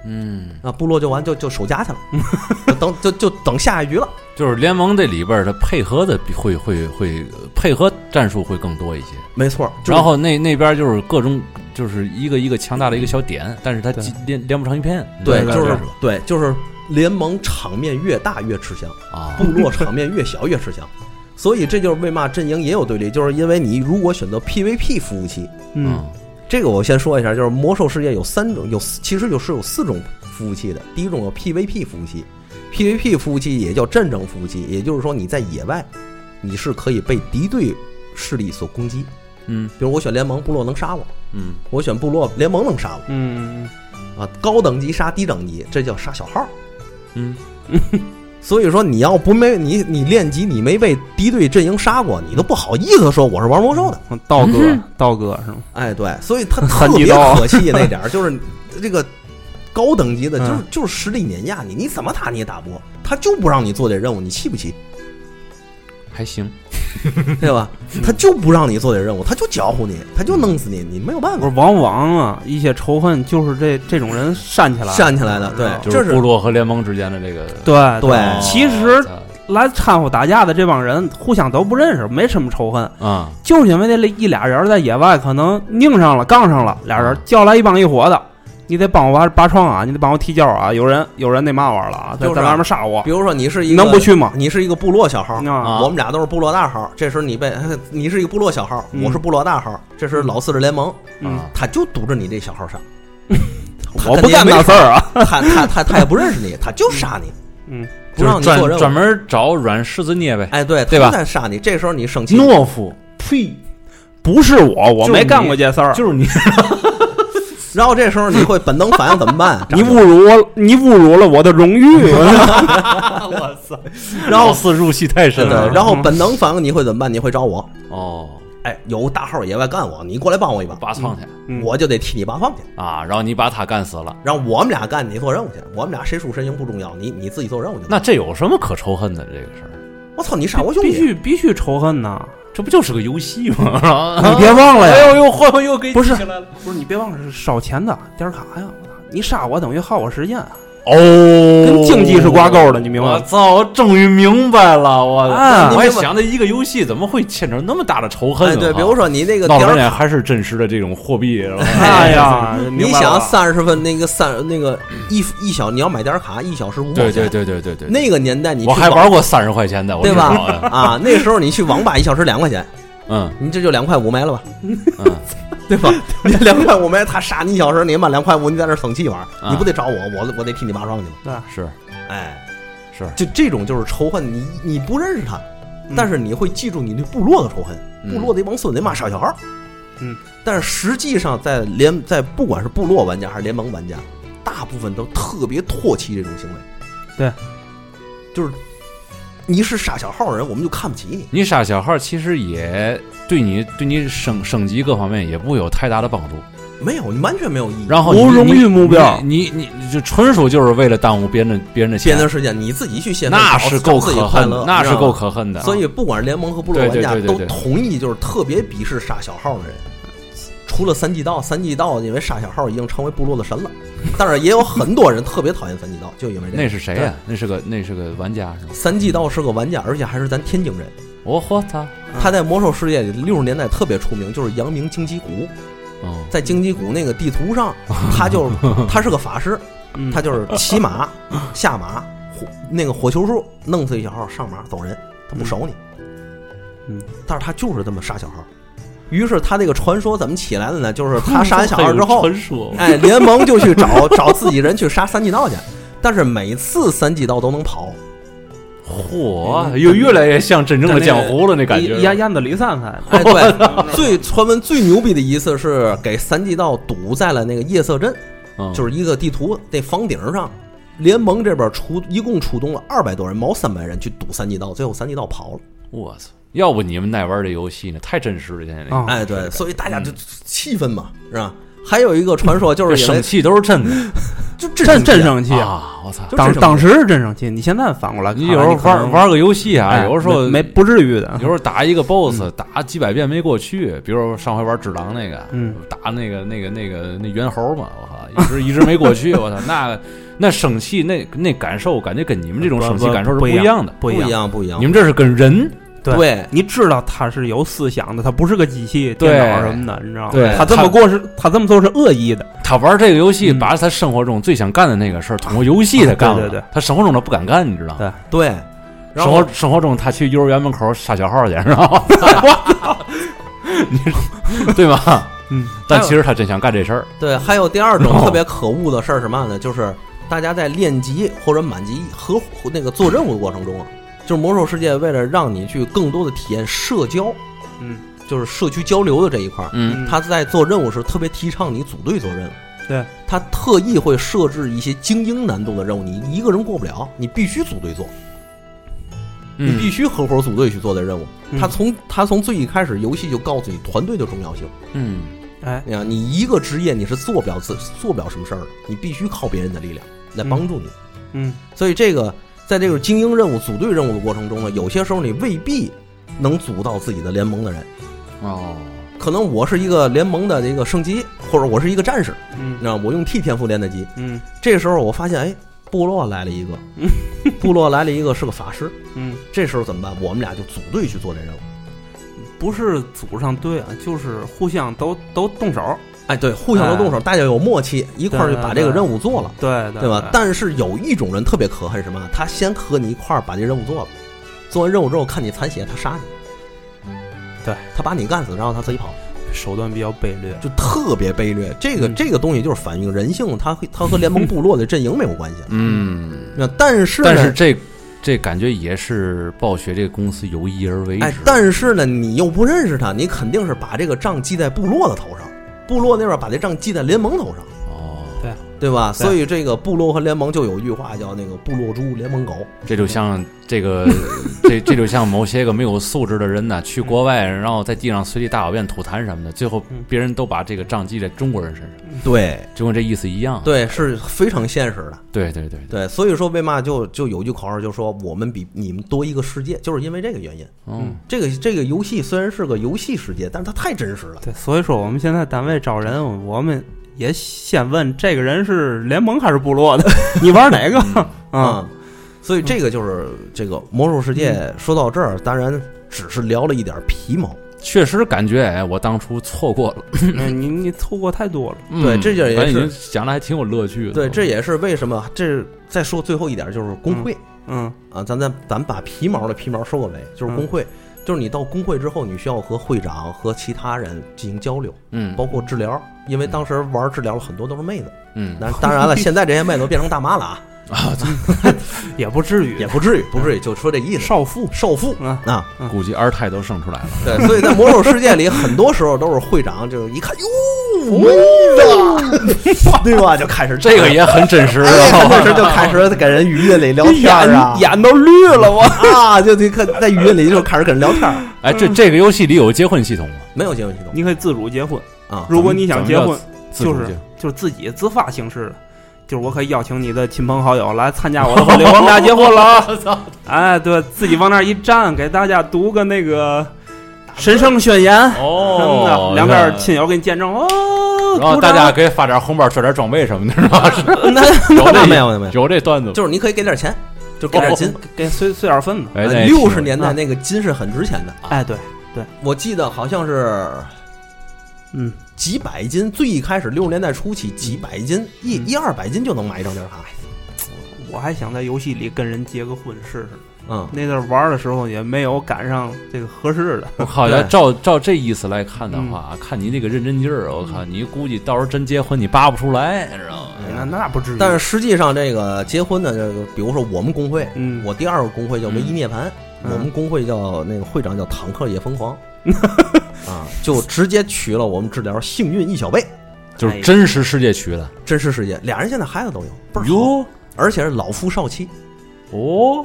[SPEAKER 1] 嗯，
[SPEAKER 3] 啊，部落就完就就守家去了， 就等就就等下一局了。
[SPEAKER 1] 就是联盟这里边儿它配合的比会会会配合战术会更多一些。
[SPEAKER 3] 没错，就是
[SPEAKER 1] 然后那那边儿就是各种就是一个一个强大的一个小点，但是它
[SPEAKER 2] 对
[SPEAKER 1] 集连连不成一片。
[SPEAKER 3] 对，
[SPEAKER 2] 对
[SPEAKER 3] 就是
[SPEAKER 2] 对
[SPEAKER 3] 对，就是联盟场面越大越吃 香，
[SPEAKER 1] 啊
[SPEAKER 3] 部，落场面越小越吃香。所以这就是为嘛阵营也有对立，就是因为你如果选择 PVP 服务器，
[SPEAKER 1] 啊
[SPEAKER 2] 嗯，
[SPEAKER 3] 这个我先说一下，就是魔兽世界有三种，有四其实就是有四种服务器的。第一种叫 PVP 服务器，PVP 服务器也叫战争服务器，也就是说你在野外，你是可以被敌对势力所攻击。
[SPEAKER 1] 嗯
[SPEAKER 3] 比如我选联盟，部落能杀我；
[SPEAKER 1] 嗯
[SPEAKER 3] 我选部落，联盟能杀我
[SPEAKER 2] 嗯，
[SPEAKER 3] 啊。高等级杀低等级，这叫杀小号。
[SPEAKER 1] 嗯
[SPEAKER 3] 所以说，你要不没你你练级，你没被敌对阵营杀过，你都不好意思说我是玩魔兽的。
[SPEAKER 2] 嗯，道哥，道哥是吗？
[SPEAKER 3] 哎，对，所以他
[SPEAKER 2] 很
[SPEAKER 3] 特
[SPEAKER 2] 地
[SPEAKER 3] 别
[SPEAKER 2] 道啊
[SPEAKER 3] 可气那点儿，就是这个高等级的，就是
[SPEAKER 2] 嗯
[SPEAKER 3] 就是实力碾压你，你怎么打你也打不过，他就不让你做这任务，你气不气？
[SPEAKER 1] 还行。
[SPEAKER 3] 对吧？他就不让你做这任务，他就搅和你，他就弄死你，你没有办
[SPEAKER 2] 不
[SPEAKER 3] 法。
[SPEAKER 2] 是，往往啊，一些仇恨就是这这种人煽起来，
[SPEAKER 3] 站起来的，对
[SPEAKER 2] 嗯，
[SPEAKER 1] 就
[SPEAKER 3] 这
[SPEAKER 1] 是部落和联盟之间的这个。
[SPEAKER 2] 对
[SPEAKER 3] 对
[SPEAKER 1] 哦
[SPEAKER 2] 其实
[SPEAKER 1] 操
[SPEAKER 2] 来掺和打架的这帮人互相都不认识，没什么仇
[SPEAKER 3] 嗯
[SPEAKER 2] 恨，
[SPEAKER 1] 啊，
[SPEAKER 2] 就是因为那一俩人在野外可能拧上了、杠上了，俩人叫来一帮一伙的，你得帮我拔拔窗啊，你得帮我踢脚啊，有人有人那嘛玩了啊，在
[SPEAKER 3] 就是啊
[SPEAKER 2] 在外面杀我
[SPEAKER 3] 比，如说你是一啊
[SPEAKER 2] 你
[SPEAKER 3] 个
[SPEAKER 2] 能不去吗？
[SPEAKER 3] 你是一个部落小号，
[SPEAKER 2] 啊，
[SPEAKER 3] 我们俩都是部落大号。这时候你被 你是一个部落小号，
[SPEAKER 2] 嗯
[SPEAKER 3] 我是部落大号。这是老四的联盟，
[SPEAKER 2] 嗯，
[SPEAKER 1] 啊
[SPEAKER 3] 他就堵着你这小号杀，他
[SPEAKER 2] 我
[SPEAKER 3] 肯
[SPEAKER 2] 不
[SPEAKER 3] 定
[SPEAKER 2] 干
[SPEAKER 3] 没
[SPEAKER 2] 那事儿啊，
[SPEAKER 3] 他他 他他也不认识你，他就杀你，
[SPEAKER 2] 嗯，
[SPEAKER 3] 不
[SPEAKER 1] 就
[SPEAKER 3] 让
[SPEAKER 1] 是
[SPEAKER 3] 你做任
[SPEAKER 1] 专
[SPEAKER 3] 务。
[SPEAKER 1] 专门找软柿子捏呗。
[SPEAKER 3] 哎，对，
[SPEAKER 1] 对吧
[SPEAKER 3] 他就在杀你。这时候你生气，
[SPEAKER 1] 懦夫，呸，
[SPEAKER 2] 不是我，我
[SPEAKER 1] 就是
[SPEAKER 2] 没干
[SPEAKER 1] 你
[SPEAKER 2] 过这事儿，？
[SPEAKER 1] 就是你，
[SPEAKER 3] 然后这时候你会本能反应怎么办
[SPEAKER 2] 你侮辱我，你侮辱了我的荣誉，
[SPEAKER 1] 我操！
[SPEAKER 3] 然后
[SPEAKER 1] 老四入戏太深
[SPEAKER 3] 对
[SPEAKER 1] 了
[SPEAKER 3] 对，。然后本能反应你会怎么办？你会找我，
[SPEAKER 1] 哦，
[SPEAKER 3] 哎，有大号野外干我，你过来帮我一把，
[SPEAKER 1] 拔创去
[SPEAKER 2] 嗯
[SPEAKER 3] 我就得替你拔矿去。
[SPEAKER 1] 啊！然后你把他干死了，
[SPEAKER 3] 然后我们俩干，你做任务去。我们俩谁输谁赢不重要，你你自己做任务去。
[SPEAKER 1] 那这有什么可仇恨的？这个事儿，
[SPEAKER 3] 我操，你杀我兄
[SPEAKER 2] 必
[SPEAKER 3] 弟！哎
[SPEAKER 2] 须必须仇恨呐！
[SPEAKER 1] 这不就是个游戏吗？啊
[SPEAKER 2] 你别忘了呀
[SPEAKER 1] 哎呦呦，换我又给你
[SPEAKER 2] 不是
[SPEAKER 1] 记起来了
[SPEAKER 2] 不是你别忘了是烧钱的点儿卡呀！我操你杀我等于耗我时间，
[SPEAKER 1] 哦，
[SPEAKER 2] 跟竞技是挂钩的，你明白
[SPEAKER 1] 我
[SPEAKER 2] 吗？
[SPEAKER 1] 操！我终于明白了，我
[SPEAKER 2] 啊
[SPEAKER 1] 我还
[SPEAKER 3] 你明白
[SPEAKER 1] 想着一个游戏怎么会牵扯那么大的仇恨
[SPEAKER 3] 哎，
[SPEAKER 1] 呢？啊
[SPEAKER 3] 对，比如说你那个
[SPEAKER 1] 闹
[SPEAKER 3] 点
[SPEAKER 1] 着
[SPEAKER 3] 儿，
[SPEAKER 1] 脸还是真实的这种货币， 是吧
[SPEAKER 2] 哎呀，
[SPEAKER 3] 你
[SPEAKER 2] 明白了
[SPEAKER 3] 想三十分那个三那个一一小，你要买点儿卡，一小时五毛
[SPEAKER 1] 对
[SPEAKER 3] 钱。
[SPEAKER 1] 对对对对对，
[SPEAKER 3] 那个年代你去
[SPEAKER 1] 我还
[SPEAKER 3] 网
[SPEAKER 1] 玩过三十块钱的，我
[SPEAKER 3] 对
[SPEAKER 1] 知道
[SPEAKER 3] 吧
[SPEAKER 1] 啊？
[SPEAKER 3] 啊，那时候你去网吧一小时两块钱，
[SPEAKER 1] 嗯
[SPEAKER 3] 你这就两块五没了吧？
[SPEAKER 1] 嗯，
[SPEAKER 3] 对吧？你两块五没了，他杀你一小时，你妈两块五，你在那儿生气玩儿，
[SPEAKER 1] 啊
[SPEAKER 3] 你不得找我，我我得替你拔庄去吗？
[SPEAKER 1] 是
[SPEAKER 3] 哎，
[SPEAKER 1] 是，
[SPEAKER 3] 就这种就是仇恨，你你不认识他，
[SPEAKER 2] 嗯
[SPEAKER 3] 但是你会记住你对部落的仇恨，
[SPEAKER 1] 嗯
[SPEAKER 3] 部落的一帮孙子骂傻小孩儿。
[SPEAKER 2] 嗯，
[SPEAKER 3] 但是实际上在联在不管是部落玩家还是联盟玩家，大部分都特别唾弃这种行为。
[SPEAKER 2] 对，
[SPEAKER 3] 就是你是傻小号的人，我们就看不起你。
[SPEAKER 1] 你杀小号，其实也对你对你升升级各方面也不会有太大的帮助。
[SPEAKER 3] 没有，你完全没有意义。
[SPEAKER 1] 然后
[SPEAKER 2] 无
[SPEAKER 1] 你
[SPEAKER 2] 荣誉
[SPEAKER 1] 你
[SPEAKER 2] 目标
[SPEAKER 1] 你你你就纯属就是为了耽误别人的别人的
[SPEAKER 3] 闲
[SPEAKER 1] 钱，
[SPEAKER 3] 的时间你自己去闲的，
[SPEAKER 1] 那
[SPEAKER 3] 找
[SPEAKER 1] 是
[SPEAKER 3] 找
[SPEAKER 1] 够
[SPEAKER 3] 自己
[SPEAKER 1] 可
[SPEAKER 3] 快
[SPEAKER 1] 恨
[SPEAKER 3] 乐
[SPEAKER 1] 的，，那
[SPEAKER 3] 你
[SPEAKER 1] 是
[SPEAKER 3] 知道
[SPEAKER 1] 够
[SPEAKER 3] 吗。
[SPEAKER 1] 可恨的。啊
[SPEAKER 3] 所以，不管是联盟和部落
[SPEAKER 1] 对
[SPEAKER 3] 玩家
[SPEAKER 1] 对对
[SPEAKER 3] 都
[SPEAKER 1] 对对
[SPEAKER 3] 同意，就是特别鄙视杀小号的人。除了三季道，三季道因为杀小号已经成为部落的神了，但是也有很多人特别讨厌三季道，就因为这
[SPEAKER 1] 那
[SPEAKER 3] 个。
[SPEAKER 1] 是谁呀、那是个那是个玩家是吗？
[SPEAKER 3] 三季道是个玩家，而且还是咱天津人。
[SPEAKER 1] 我我操！
[SPEAKER 3] 他在魔兽世界里六十年代特别出名，就是扬名荆棘谷。
[SPEAKER 1] 嗯，
[SPEAKER 3] 在荆棘谷那个地 图上，他就他是个法师，
[SPEAKER 2] 嗯
[SPEAKER 3] 他 就是骑马、下马、火那个火球术，弄死一小号，上马走人，他不守你。
[SPEAKER 2] 嗯，
[SPEAKER 3] 但是他就是这么杀小号。于是他这个传说怎么起来的呢？就是他杀完小号之后，
[SPEAKER 1] 纯属
[SPEAKER 3] 哎，联盟就去找找自己人去杀三季道去，但是每次三季道都能跑，
[SPEAKER 1] 嚯，又越来越像真正的江湖了，那感觉。
[SPEAKER 2] 燕燕子李三才，
[SPEAKER 3] 哎，对，最传闻最牛逼的一次是给三季道堵在了那个夜色镇，
[SPEAKER 1] 嗯
[SPEAKER 3] 就是一个地图那房顶上。联盟这边出一共出动了二百多人，毛三百人去堵三季道，最后三季道跑了。
[SPEAKER 1] 我操！要不你们爱玩这游戏呢？太真实了，现在那个
[SPEAKER 2] 啊
[SPEAKER 3] 哎，对，所以大家就气愤嘛，是吧？还有一个传说就
[SPEAKER 1] 这
[SPEAKER 3] 是因
[SPEAKER 1] 生
[SPEAKER 3] 为
[SPEAKER 1] 气都是真的
[SPEAKER 3] 就这
[SPEAKER 2] 真真生气啊！
[SPEAKER 1] 啊！我操！
[SPEAKER 3] 就
[SPEAKER 2] 当
[SPEAKER 3] 这种
[SPEAKER 2] 当时是真生气，你现在反过来看，
[SPEAKER 1] 你有时候
[SPEAKER 2] 可
[SPEAKER 1] 玩
[SPEAKER 2] 能
[SPEAKER 1] 玩个游戏啊，
[SPEAKER 2] 哎
[SPEAKER 1] 有时候
[SPEAKER 2] 没没不至于的
[SPEAKER 1] 有，时候打一个 boss，打
[SPEAKER 2] 嗯
[SPEAKER 1] 几百遍没过去。比如上回玩只狼那个，
[SPEAKER 2] 嗯
[SPEAKER 1] 打那个那个那个那猿猴嘛，我靠，一直一直没过去，我操，那那生气那那感受，感觉跟你们这种生气
[SPEAKER 2] 不
[SPEAKER 1] 感受是
[SPEAKER 2] 不
[SPEAKER 1] 一样的。
[SPEAKER 2] 不
[SPEAKER 3] 不
[SPEAKER 2] 一
[SPEAKER 3] 一
[SPEAKER 2] 样。
[SPEAKER 3] 样，不一样
[SPEAKER 1] 你。们这是跟人，
[SPEAKER 2] 对
[SPEAKER 3] 对
[SPEAKER 2] 你知道他是有思想的，他不是个机器、
[SPEAKER 1] 对
[SPEAKER 2] 电脑什么的，你知道吗？
[SPEAKER 1] 对
[SPEAKER 2] 啊他这么
[SPEAKER 1] 他
[SPEAKER 2] 过是，他这么做是恶意的。
[SPEAKER 1] 他玩这个游戏，
[SPEAKER 2] 嗯啊
[SPEAKER 1] 把他生活中最想干的那个事儿，通过游戏他干了，
[SPEAKER 2] 对对对
[SPEAKER 1] 他生活中他不敢干，你知道吗？
[SPEAKER 3] 对，
[SPEAKER 2] 对
[SPEAKER 3] 然
[SPEAKER 1] 生
[SPEAKER 3] 后
[SPEAKER 1] 活生活中他去幼儿园门口杀小号去，是 吧？你对吧？
[SPEAKER 2] 嗯，
[SPEAKER 1] 但其实他真想干这事儿，
[SPEAKER 3] 对，还有第二种
[SPEAKER 1] No
[SPEAKER 3] 特别可恶的事儿是嘛呢？就是大家在练级或者满级合伙那个做任务的过程中啊，就是魔兽世界为了让你去更多的体验社交，
[SPEAKER 2] 嗯，
[SPEAKER 3] 就是社区交流的这一块儿，
[SPEAKER 1] 嗯
[SPEAKER 3] 他在做任务时特别提倡你组队做任务。
[SPEAKER 2] 对，
[SPEAKER 3] 他特意会设置一些精英难度的任务，你一个人过不了，你必须组队做。你
[SPEAKER 1] 嗯
[SPEAKER 3] 必须合伙组队去做的任务。
[SPEAKER 2] 嗯
[SPEAKER 3] 他从他从最一开始，游戏就告诉你团队的重要性。
[SPEAKER 1] 嗯，
[SPEAKER 2] 哎，
[SPEAKER 3] 你看，你一个职业你是做不了自做不了什么事儿的，你必须靠别人的力量来帮助你。
[SPEAKER 2] 嗯，
[SPEAKER 3] 所以这个在这个精英任务、组队任务的过程中呢，有些时候你未必能组到自己的联盟的人。
[SPEAKER 1] 哦，
[SPEAKER 3] 可能我是一个联盟的这个圣级，或者我是一个战士，
[SPEAKER 2] 嗯
[SPEAKER 3] 那我用 T 天赋练的级。
[SPEAKER 2] 嗯
[SPEAKER 3] 这时候我发现，哎，部落来了一个，部落来了一个是个法师。
[SPEAKER 2] 嗯，
[SPEAKER 3] 这时候怎么办？我们俩就组队去做这任务。
[SPEAKER 2] 不是组上队啊，就是互相都都动手，
[SPEAKER 3] 哎，对，互相都动手，大家有默契，一块儿就把这个任务做了，
[SPEAKER 2] 对对
[SPEAKER 3] 对吧？但是有一种人特别可恨，什么？他先和你一块儿把这任务做了，做完任务之后看你残血，他杀你，
[SPEAKER 2] 对
[SPEAKER 3] 他把你干死，然后他自己跑，
[SPEAKER 2] 手段比较卑劣，
[SPEAKER 3] 就特别卑劣。这个
[SPEAKER 2] 嗯
[SPEAKER 3] 这个东西就是反映人性，它和它和联盟部落的阵营没有关系了。
[SPEAKER 1] 嗯，
[SPEAKER 3] 那但是呢
[SPEAKER 1] 但是这这感觉也是暴雪这个公司有意而为之。
[SPEAKER 3] 哎，但是呢，你又不认识他，你肯定是把这个账记在部落的头上，部落那边把这账记在联盟头上，
[SPEAKER 1] 哦，
[SPEAKER 2] 对，
[SPEAKER 3] 对吧？
[SPEAKER 2] 对
[SPEAKER 3] 所以这个部落和联盟就有一句话叫那个部落猪，联盟狗。
[SPEAKER 1] 这就像这个这这就像某些个没有素质的人呢，去国外然后在地上随地大小便、吐痰什么的，最后
[SPEAKER 2] 嗯
[SPEAKER 1] 别人都把这个账记在中国人身上，
[SPEAKER 3] 对
[SPEAKER 1] 就跟这意思一样。
[SPEAKER 3] 对，是非常现实的。
[SPEAKER 1] 对对对对，
[SPEAKER 3] 对，所以说为嘛就就有一句口号，就说我们比你们多一个世界，就是因为这个原因。
[SPEAKER 1] 嗯，
[SPEAKER 3] 这个这个游戏虽然是个游戏世界，但是它太真实了。
[SPEAKER 2] 对，所以说我们现在单位招人，我们也先问这个人是联盟还是部落的，你玩哪个 啊？嗯
[SPEAKER 3] 啊、所以这个就是这个魔兽世界。说到这儿，当然只是聊了一点皮毛。
[SPEAKER 1] 确实感觉哎，我当初错过了。
[SPEAKER 2] 嗯你你错过太多了，
[SPEAKER 1] 嗯
[SPEAKER 3] 对这件也
[SPEAKER 1] 感觉
[SPEAKER 3] 是
[SPEAKER 1] 你讲的还挺有乐趣的。
[SPEAKER 3] 对，这也是为什么这再说最后一点就是工会、
[SPEAKER 2] 嗯
[SPEAKER 3] 啊，咱咱咱把皮毛的皮毛收个尾，就是工会。就是你到工会之后，你需要和会长和其他人进行交流，
[SPEAKER 1] 嗯
[SPEAKER 3] 包括治疗，因为当时玩治疗了很多都是妹子，
[SPEAKER 1] 嗯
[SPEAKER 3] 那当然了，现在这些妹子都变成大妈了啊，
[SPEAKER 2] 也不至于嗯
[SPEAKER 3] 也不至于，不至于，就说这意思。
[SPEAKER 2] 少妇
[SPEAKER 3] 少妇
[SPEAKER 2] 啊，
[SPEAKER 3] 啊，
[SPEAKER 1] 估计二胎都生出来了。
[SPEAKER 3] 对，所以在魔兽世界里，很多时候都是会长就是一看，哟，
[SPEAKER 2] 哦
[SPEAKER 3] 妹子， 对吧？就开始
[SPEAKER 1] 这个也很真实
[SPEAKER 3] 哎
[SPEAKER 1] 啊，
[SPEAKER 3] 那时候就开 始给人语音里聊天啊
[SPEAKER 2] 眼，眼都绿了我。
[SPEAKER 3] 啊，就得看在语音里就开始跟人聊天儿，
[SPEAKER 1] 哎，这这个游戏里有结婚系统吗？
[SPEAKER 3] 没有结婚系统
[SPEAKER 2] 你可以自主结婚，
[SPEAKER 3] 啊。
[SPEAKER 2] 如果你想结婚，
[SPEAKER 1] 自主
[SPEAKER 2] 就是
[SPEAKER 1] 结
[SPEAKER 2] 就是自己自发行事的，就是我可以邀请你的亲朋好友来参哎加我的婚 礼，我们俩结婚了 啊！哎，对自己往那儿一站，给大家读个那个神圣宣言，真的，两边亲哦友给你见证哦。
[SPEAKER 1] 哦然后
[SPEAKER 2] 鼓
[SPEAKER 1] 大
[SPEAKER 2] 掌
[SPEAKER 1] 家给发点红包，捐点装备什么的，是吧？
[SPEAKER 3] 那
[SPEAKER 1] 有
[SPEAKER 3] 那
[SPEAKER 1] 这
[SPEAKER 3] 没有没有没有，哦
[SPEAKER 1] 有这段子吗？
[SPEAKER 3] 就是你可以给点钱，就给点金。呃
[SPEAKER 2] 给碎碎点份子。
[SPEAKER 1] 哎，那也挺
[SPEAKER 3] 六十年代那个金是很值钱的，啊
[SPEAKER 2] 哎，对，
[SPEAKER 3] 我记得好像是
[SPEAKER 2] 嗯，
[SPEAKER 3] 几百斤，最一开始六十年代初期几百斤，一一二百斤就能买一张点卡。
[SPEAKER 2] 我还想在游戏里跟人结个婚试试，
[SPEAKER 3] 嗯，
[SPEAKER 2] 那阵儿玩的时候也没有赶上这个合适的。
[SPEAKER 1] 我靠！要
[SPEAKER 3] 对
[SPEAKER 1] 照照这意思来看
[SPEAKER 2] 嗯
[SPEAKER 1] 的话，看你那个认真劲儿，我靠，你估计到时候真结婚你扒不出来，知道吗？
[SPEAKER 2] 那那不至于。
[SPEAKER 3] 但是实际上这个结婚的这个，比如说我们工会，
[SPEAKER 2] 嗯，
[SPEAKER 3] 我第二个工会叫唯一涅槃，
[SPEAKER 2] 嗯
[SPEAKER 3] 我们工会叫那个会长叫坦克也疯狂。 啊，就直接娶了我们治疗幸运一小辈，
[SPEAKER 2] 哎
[SPEAKER 1] 就是真实世界区的
[SPEAKER 3] 真实世界，俩人现在孩子都有，倍儿好，
[SPEAKER 1] 哟
[SPEAKER 3] 而且是老夫少妻
[SPEAKER 1] 哦，